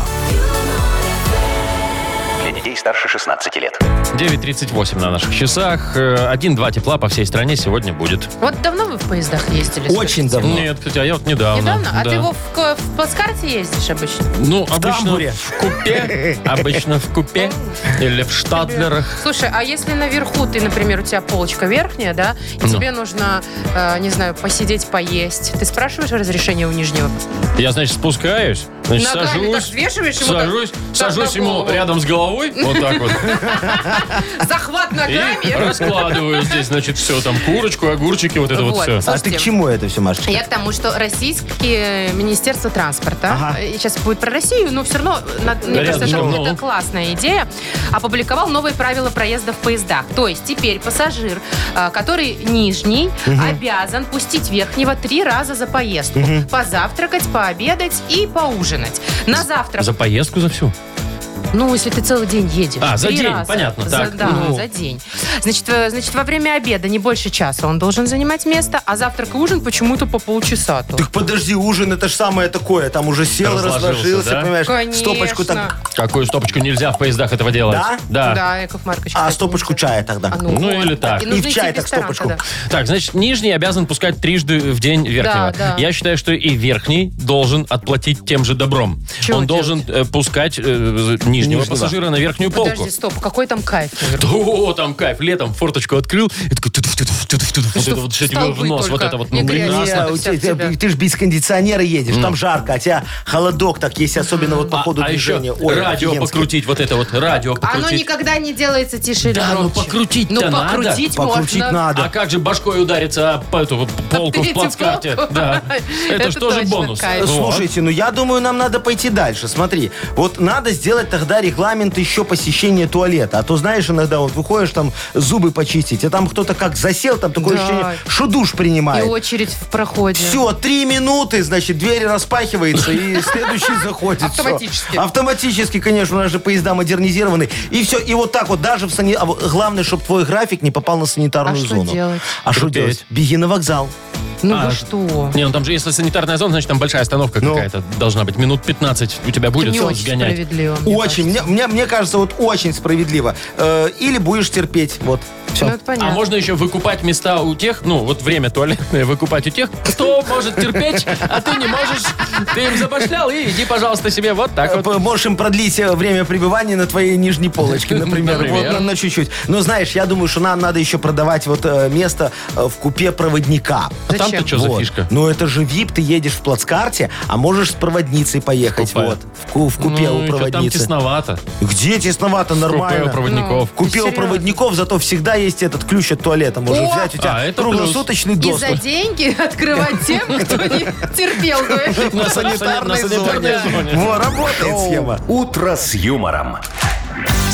S1: Для детей старше 16 лет.
S2: 9.38 на наших часах. Э, Один-два тепла по всей стране сегодня будет.
S3: Вот давно вы в поездах ездили?
S4: очень
S3: скажите?
S4: давно.
S2: Нет, кстати, а я вот недавно.
S3: Недавно? А
S2: да.
S3: ты его в, ко- в плацкарте ездишь обычно?
S2: Ну, обычно
S4: тамбуре.
S2: в
S4: (laughs)
S2: купе. Обычно в купе. Или в штатлерах.
S3: Слушай, а если наверху ты, например, у тебя полочка верхняя, да, и
S2: Ну.
S3: тебе нужно, э, не знаю, посидеть, поесть, ты спрашиваешь разрешение у нижнего?
S2: Я, значит, спускаюсь. Значит,
S3: Ногами так
S2: сажусь.
S3: взвешиваешь ему так-
S2: Сажусь,
S3: так
S2: сажусь
S3: на
S2: ему
S3: голову.
S2: рядом с
S3: (laughs)
S2: головой, вот так вот,
S3: Захват
S2: и
S3: ногами?
S2: раскладываю здесь, значит, все, там, курочку, огурчики, вот это вот,
S3: Вот.
S2: все.
S4: А ты
S3: Слушайте.
S4: к чему это все, Машечка?
S3: Я к тому, что российские министерство транспорта,
S4: Ага.
S3: э, сейчас будет про Россию, но все равно, на- мне
S2: Рядом,
S3: кажется, это,
S2: ну, ну.
S3: это классная идея, опубликовал новые правила проезда в поездах. То есть теперь пассажир, э, который нижний, обязан пустить верхнего три раза за поездку. Позавтракать, пообедать и поужинать. На завтра...
S2: За поездку за всю?
S3: Ну, если ты целый день едешь.
S2: А, за
S3: Три
S2: день,
S3: раза.
S2: понятно,
S3: За-
S2: так,
S3: Да,
S2: ну.
S3: за день. Значит, э, значит, во время обеда не больше часа он должен занимать место, а завтрак и ужин почему-то по полчаса тут.
S4: Так подожди, ужин это же самое такое. Там уже сел,
S2: Разложился,
S4: разложился,
S2: да?
S4: понимаешь?
S3: Конечно.
S4: Стопочку так.
S2: Какую стопочку нельзя в поездах этого делать?
S4: Да?
S2: Да.
S3: Да, Яков Маркович.
S4: А
S3: кстати,
S4: стопочку
S3: не знаю.
S4: чая тогда.
S3: А
S2: Ну,
S3: вот.
S2: или так.
S3: И нужно
S4: И в чай
S3: идти
S4: так
S3: ресторан
S4: стопочку.
S3: тогда.
S2: Так, значит, нижний обязан пускать трижды в день верхнего.
S3: Да, да.
S2: Я считаю, что и верхний должен отплатить тем же добром.
S3: Чего
S2: Он
S3: делать?
S2: должен э, пускать э, нижнего. нижнего
S4: Нижнего.
S2: пассажира на верхнюю полку.
S3: Подожди, стоп, какой там кайф? наверху?
S2: Да, О, там кайф. Летом форточку открыл, и такой тудуф-тудуф-тудуф-тудуф. вот
S3: что,
S2: это вот все тебе в
S3: столбы
S2: нос, вот
S3: только,
S2: это вот,
S3: не
S2: ну,
S3: грязь.
S2: прекрасно.
S3: Я-
S4: у
S3: вся в
S4: тебя-
S3: тебя.
S4: ты, же без кондиционера едешь, там жарко, а тебя холодок так есть, особенно вот по
S2: А,
S4: ходу
S2: а еще
S4: движения. Ой,
S2: радио
S4: офигенски.
S2: покрутить, вот это вот радио покрутить.
S3: Оно никогда не делается тише или
S2: Да, ну
S3: громче.
S2: покрутить-то
S3: Ну
S2: надо.
S3: покрутить можно.
S4: Покрутить надо.
S2: А как же башкой удариться об эту вот полку в
S3: третью
S2: плацкарте?
S3: полку?
S2: Да. Это же
S3: Это
S2: тоже
S3: точно
S2: бонус.
S3: кайф.
S2: А, Вот.
S4: Слушайте, ну я думаю, нам надо пойти дальше. Смотри, вот надо сделать тогда регламент еще посещения туалета. А то, знаешь, иногда вот выходишь там зубы почистить, а там кто-то как засел, там такое
S3: Да.
S4: ощущение, что душ
S3: И
S4: принимает.
S3: очередь в проходе.
S4: Все, три минуты, значит, дверь
S3: (laughs)
S4: распахивается, и следующий заходит. всё.
S3: Автоматически.
S4: Автоматически, конечно, у нас же поезда модернизированы. И все, и вот так вот, даже в сани... а вот Главное, чтобы твой график не попал на санитарную
S3: А что
S4: зону.
S3: делать?
S4: А что
S2: Терпеть.
S4: делать? Беги на вокзал.
S3: Ну
S2: А,
S3: вы что?
S2: Не, ну там же, если санитарная зона, значит, там большая остановка
S4: Ну.
S2: какая-то должна быть. Минут 15 у тебя будет
S3: не
S2: всё
S3: очень
S2: сгонять.
S3: справедливо. мне
S4: Очень. Мне, мне, мне кажется, вот очень справедливо. Э, или будешь терпеть. Вот.
S3: кажется.
S4: Все.
S3: Ну это понятно.
S2: А можно еще выкупать места у тех, ну, вот время туалетное (laughs) выкупать у тех, кто может терпеть, а ты не можешь. Ты им забашлял, и иди, пожалуйста, себе вот так вот.
S4: Э, П- Можешь им продлить э, время пребывания на твоей
S2: (laughs)
S4: нижней полочке, например.
S2: Например.
S4: Вот на, на чуть-чуть. Но знаешь, я думаю, что нам надо еще продавать вот э, место э, в купе проводника.
S2: А там-то
S3: Зачем?
S2: что за
S4: Вот.
S2: фишка?
S4: Ну это же VIP, ты едешь в плацкарте, а можешь с проводницей поехать.
S2: Купе.
S4: Вот. В, ку- в купе
S2: Ну,
S4: у
S2: и чё, Там
S4: проводницы.
S2: тесновато.
S4: Где тесновато,
S2: Купе у
S4: нормально.
S2: проводников.
S4: В купе у
S3: Серьезно?
S4: проводников, зато всегда есть этот ключ от туалета. Можно
S3: О!
S4: взять у тебя
S2: А, это плюс.
S4: круглосуточный
S3: И
S4: доступ.
S3: за деньги (laughs) открывать тем, кто
S4: (laughs)
S3: не терпел. до этого.
S2: На санитарной
S4: санитарной
S2: зоне.
S4: Во, работает схема.
S1: «Утро с юмором».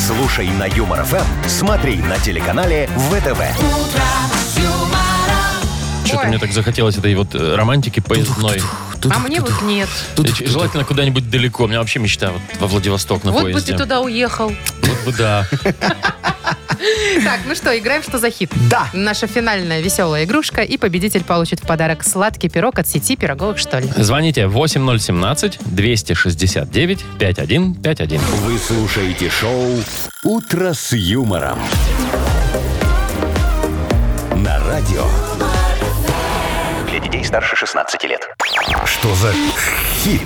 S1: Слушай на Юмор ФМ, смотри на телеканале ВТВ.
S2: Что-то
S3: Ну. Ой.
S2: мне так захотелось этой вот э, романтики поездной.
S3: А мне вот нет.
S2: И ч- Желательно куда-нибудь далеко. У меня вообще мечта вот во Владивосток на
S3: Вот бы
S2: поезде.
S3: ты туда уехал.
S2: Вот бы да.
S3: Так, ну что, играем «Что за хит?»
S4: Да.
S3: Наша финальная веселая игрушка, и победитель получит в подарок сладкий пирог от сети пироговых, что ли.
S2: Звоните 8017-269-5151.
S1: Вы слушаете шоу «Утро с юмором». На радио. Для детей старше 16 лет. Что за хит?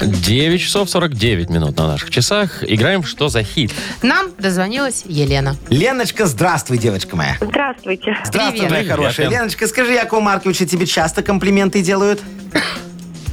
S2: 9 часов 49 минут на наших часах. Играем в «Что за хит?»
S3: Нам дозвонилась Елена.
S4: Леночка, здравствуй, девочка моя.
S7: Здравствуйте.
S4: Здравствуй,
S3: Привет.
S4: моя
S2: Привет,
S4: хорошая.
S2: Лен.
S4: Леночка, скажи, Якову Марковичу, тебе часто комплименты делают?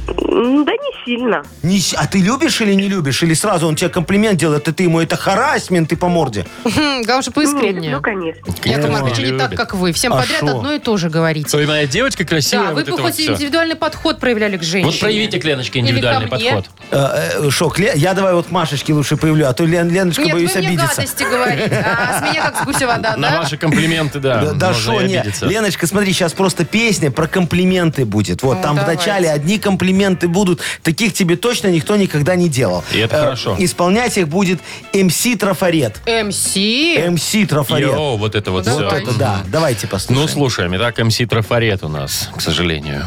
S7: М, Да не сильно.
S4: Не с- а ты любишь или не любишь? Или сразу он тебе комплимент делает, и ты ему это харасмент ты по морде?
S3: Хм, Главное, чтобы
S7: Не,
S3: искренне.
S7: ну, конечно.
S3: Яков Маркович, не
S2: Любит.
S3: так, как вы. Всем
S4: А
S3: подряд
S4: шо?
S3: одно и то же говорите.
S2: Ой, моя девочка красивая.
S3: Да, вы
S2: вот
S3: бы
S2: это вот
S3: хоть
S2: всё.
S3: индивидуальный подход проявляли к женщине.
S2: Вот проявите к Леночке
S3: Или ко
S2: индивидуальный
S3: мне.
S2: подход.
S4: Э, э, Шо, Кле- я давай вот к Машечке лучше появлю, а то Лен, Леночка,
S3: Нет,
S4: боюсь,
S3: вы мне
S4: обидится.
S3: гадости говорите. А с меня как с гуся вода,
S2: На
S3: да?
S2: ваши комплименты, да.
S4: Да, Да
S2: Э, можно и
S4: шо, не.
S2: обидеться.
S4: Леночка, смотри, сейчас просто песня про комплименты будет. Вот
S3: Ну,
S4: там
S3: давайте.
S4: вначале одни комплименты будут, таких тебе точно никто никогда не делал.
S2: И это
S4: Э,
S2: хорошо.
S4: Исполнять их будет МС Трафарет.
S3: МС.
S4: МС Трафарет.
S2: Йоу, вот это вот
S3: Вот
S2: всё.
S3: это
S4: Это да, давайте послушаем.
S2: Ну, слушаем. Итак, МС Трафарет у нас, к сожалению.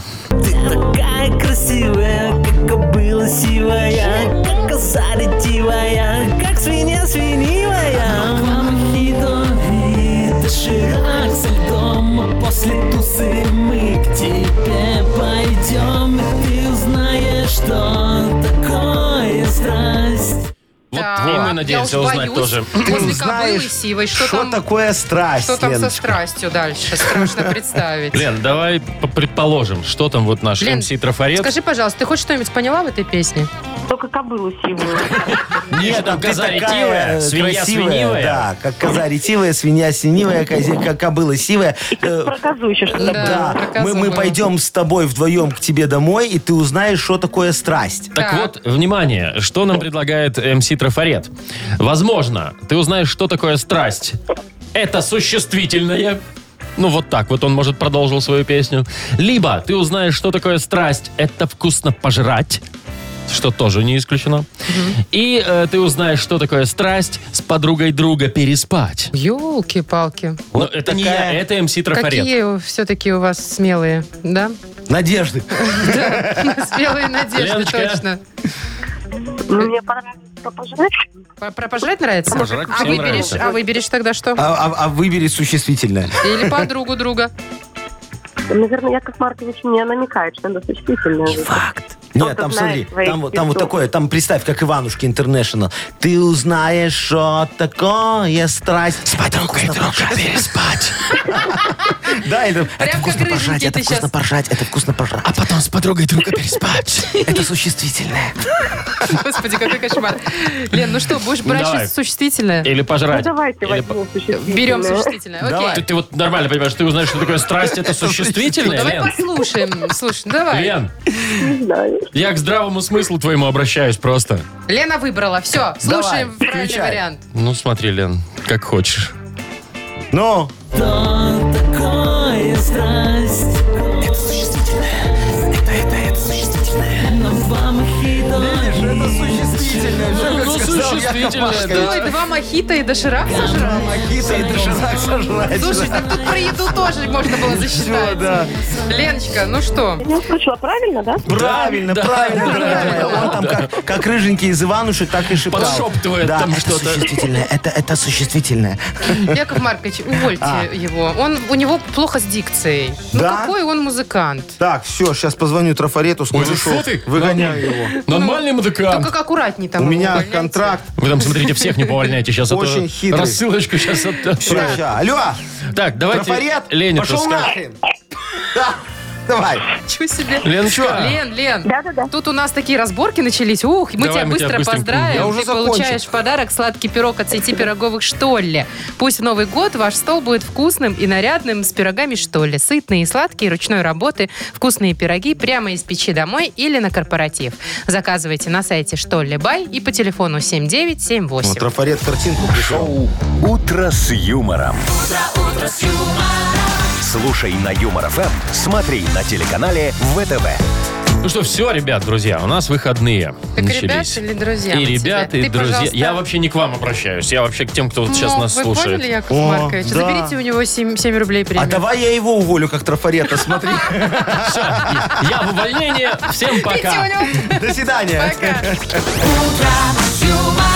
S8: Такая красивая, как кобыла сивая, как коса ретивая, как свинья свинивая. Мохито и доширак со льдом, а после тусы мы к тебе пойдем, и ты узнаешь, что такое страсть.
S2: Вот
S3: Так,
S2: и мы
S3: я
S2: надеемся
S3: уж
S2: узнать
S3: боюсь.
S2: тоже.
S3: После кобылы
S4: знаешь,
S3: сивой, что
S4: Что
S3: там...
S4: такое страсть,
S3: Что там со
S4: Леночка?
S3: страстью
S2: (laughs)
S3: дальше? Страшно представить.
S2: Лен, давай по- предположим, что там вот наш
S3: Лен,
S2: МС Трафарет.
S3: Скажи, пожалуйста, ты хоть что-нибудь поняла в этой песне?
S7: Только кобылу сивую.
S2: Нет, там
S4: ты
S2: коза
S4: такая,
S2: ретивая,
S4: э,
S2: свинья
S4: красивая,
S2: свинивая.
S4: Да, как коза ретивая, свинья синивая, козе- ко- кобыла сивая.
S7: И
S4: Э,
S7: как про козу еще что-то.
S3: Да, про
S4: Да,
S3: козу
S4: мы, мы
S3: было.
S4: пойдем с тобой вдвоем к тебе домой, и ты узнаешь, что такое страсть.
S2: Так,
S3: Так.
S2: вот, внимание, что нам предлагает МС Трафарет? Возможно, ты узнаешь, что такое страсть. Это существительное. Ну, вот так вот он, может, продолжил свою песню. Либо ты узнаешь, что такое страсть. Это вкусно пожрать. Что тоже не исключено. И э, ты узнаешь, что такое страсть с подругой друга переспать.
S3: Елки-палки.
S2: Но
S4: Вот
S2: это не я,
S4: такая-
S2: это МС Трафарет.
S3: Какие все-таки у вас смелые,
S2: (laughs)
S3: да?
S4: Надежды.
S3: Смелые надежды,
S2: Леночка.
S3: точно.
S7: Ну, Мне понравилось попожрать.
S3: Про про пожрать нравится?
S2: Пожрать
S3: а
S2: всем
S3: выберешь,
S2: нравится.
S3: а выберешь тогда что?
S4: А, а- а выбери существительное.
S3: Или
S2: (laughs)
S3: подругу друга.
S7: Наверное, Яков Маркович мне намекает, что надо существительное.
S4: Нет,
S7: ты
S4: там
S7: знаешь
S4: смотри,
S7: своих
S4: там, вот- там вот
S7: певцов.
S4: такое, там представь, как Иванушки Интернешнл. Ты узнаешь, что такое страсть. С подругой дружили спать. Да, или там, это
S3: как
S4: вкусно
S3: рыженький
S4: поржать, это
S3: ты
S4: вкусно
S3: щас.
S4: поржать, это вкусно поржать.
S2: а потом с подругой друга переспать.
S4: Это существительное.
S3: Господи, какой кошмар. Лен, ну что, будешь брать
S2: Давай. Э,
S3: щас существительное?
S2: Или
S7: Ну,
S2: пожрать.
S7: давайте
S2: Или
S7: возьмем существительное.
S3: Берем
S2: ну,
S3: существительное.
S2: по- Ты,
S3: Окей.
S2: ты вот нормально понимаешь, ты узнаешь, что такое страсть, это существительное,
S3: Ну, Давай
S2: Лен?
S3: послушаем. Слушай, ну давай.
S2: Лен,
S7: Не знаю.
S2: я к здравому смыслу твоему обращаюсь просто.
S3: Лена выбрала. Все,
S4: Давай,
S3: слушаем правильный
S4: включай.
S3: вариант.
S2: Ну смотри, Лен, как хочешь.
S4: Ну,
S8: Что такое страсть? Это существительное. Это, это, это существительное. Но вам хитон.
S4: это существительное. Всё, как
S2: Ну,
S4: сказал Яков
S2: существительное,
S4: Машкин.
S2: да.
S3: Ой, два мохито и доширак сожрал.
S4: Мохито и доширак сожрать.
S3: Слушай, так тут про еду тоже можно было
S4: Всё,
S3: засчитать.
S4: да.
S3: Леночка, ну что?
S7: Я услышала правильно, да?
S4: Правильно,
S2: Да,
S4: правильно,
S2: да,
S4: дорогая моя.
S2: да,
S4: Он там как, как рыженький из Иванушек, так и шептал.
S2: Подшептывает
S4: да,
S2: там
S4: это
S2: что-то.
S4: существительное, это, это существительное.
S3: Яков Маркович, увольте
S4: А.
S3: его. Он, у него плохо с дикцией. Ну
S4: Да?
S3: какой он музыкант?
S4: Так, все, сейчас позвоню Трафарету, скажу,
S2: ну что
S4: что
S2: ты? Ну,
S4: выгоняю его.
S2: Нормальный
S3: Только
S2: музыкант.
S3: как аккуратней там.
S4: У
S3: его
S4: меня
S3: увольняйте.
S4: контракт.
S2: Вы там, смотрите, всех не увольняйте сейчас. а то
S4: Очень хитрый.
S2: Рассылочку сейчас
S4: Все,
S2: отправят.
S4: ща. Алло,
S2: Так, давайте
S4: Трафарет,
S2: Лене
S4: пошел
S2: расскажем.
S4: нахрен. Да, давай.
S3: Чего себе.
S2: Леночка.
S3: Лен, Лен.
S7: Да-да-да.
S3: Тут у нас такие разборки начались. Ух, мы
S2: Давай
S3: тебя
S2: мы тебя
S3: быстро
S2: быстренько.
S3: поздравим.
S4: Я уже
S3: Ты
S4: закончил.
S3: получаешь в подарок сладкий пирог от сети пироговых Штолле. Пусть в Новый год ваш стол будет вкусным и нарядным с пирогами Штолле. Сытные и сладкие, ручной работы, вкусные пироги прямо из печи домой или на корпоратив. Заказывайте на сайте Штолле Бай и по телефону 7978.
S4: Вот Трафарет картинку пришел.
S1: Шоу «Утро с юмором». Слушай на Юмор ФМ, смотри на телеканале ВТВ.
S2: Ну что, все, ребят, друзья, у нас выходные
S3: Так ребят
S2: начались.
S3: или друзья?
S2: и
S3: мы
S2: ребята,
S3: тебе?
S2: и
S3: Ты,
S2: друзья.
S3: пожалуйста,
S2: Я вообще не к вам обращаюсь. Я вообще к тем, кто вот сейчас
S3: ну,
S2: нас
S3: вы
S2: слушает.
S3: поняли, Яков
S4: О,
S3: Маркович?
S4: да.
S3: Заберите у него 7, рублей премию.
S4: А давай я его уволю, как Трафарета, смотри.
S2: Все, (laughs) я в увольнении. Всем
S3: Идите у
S2: пока.
S3: него.
S4: До свидания.
S3: Пока.
S8: Юмор.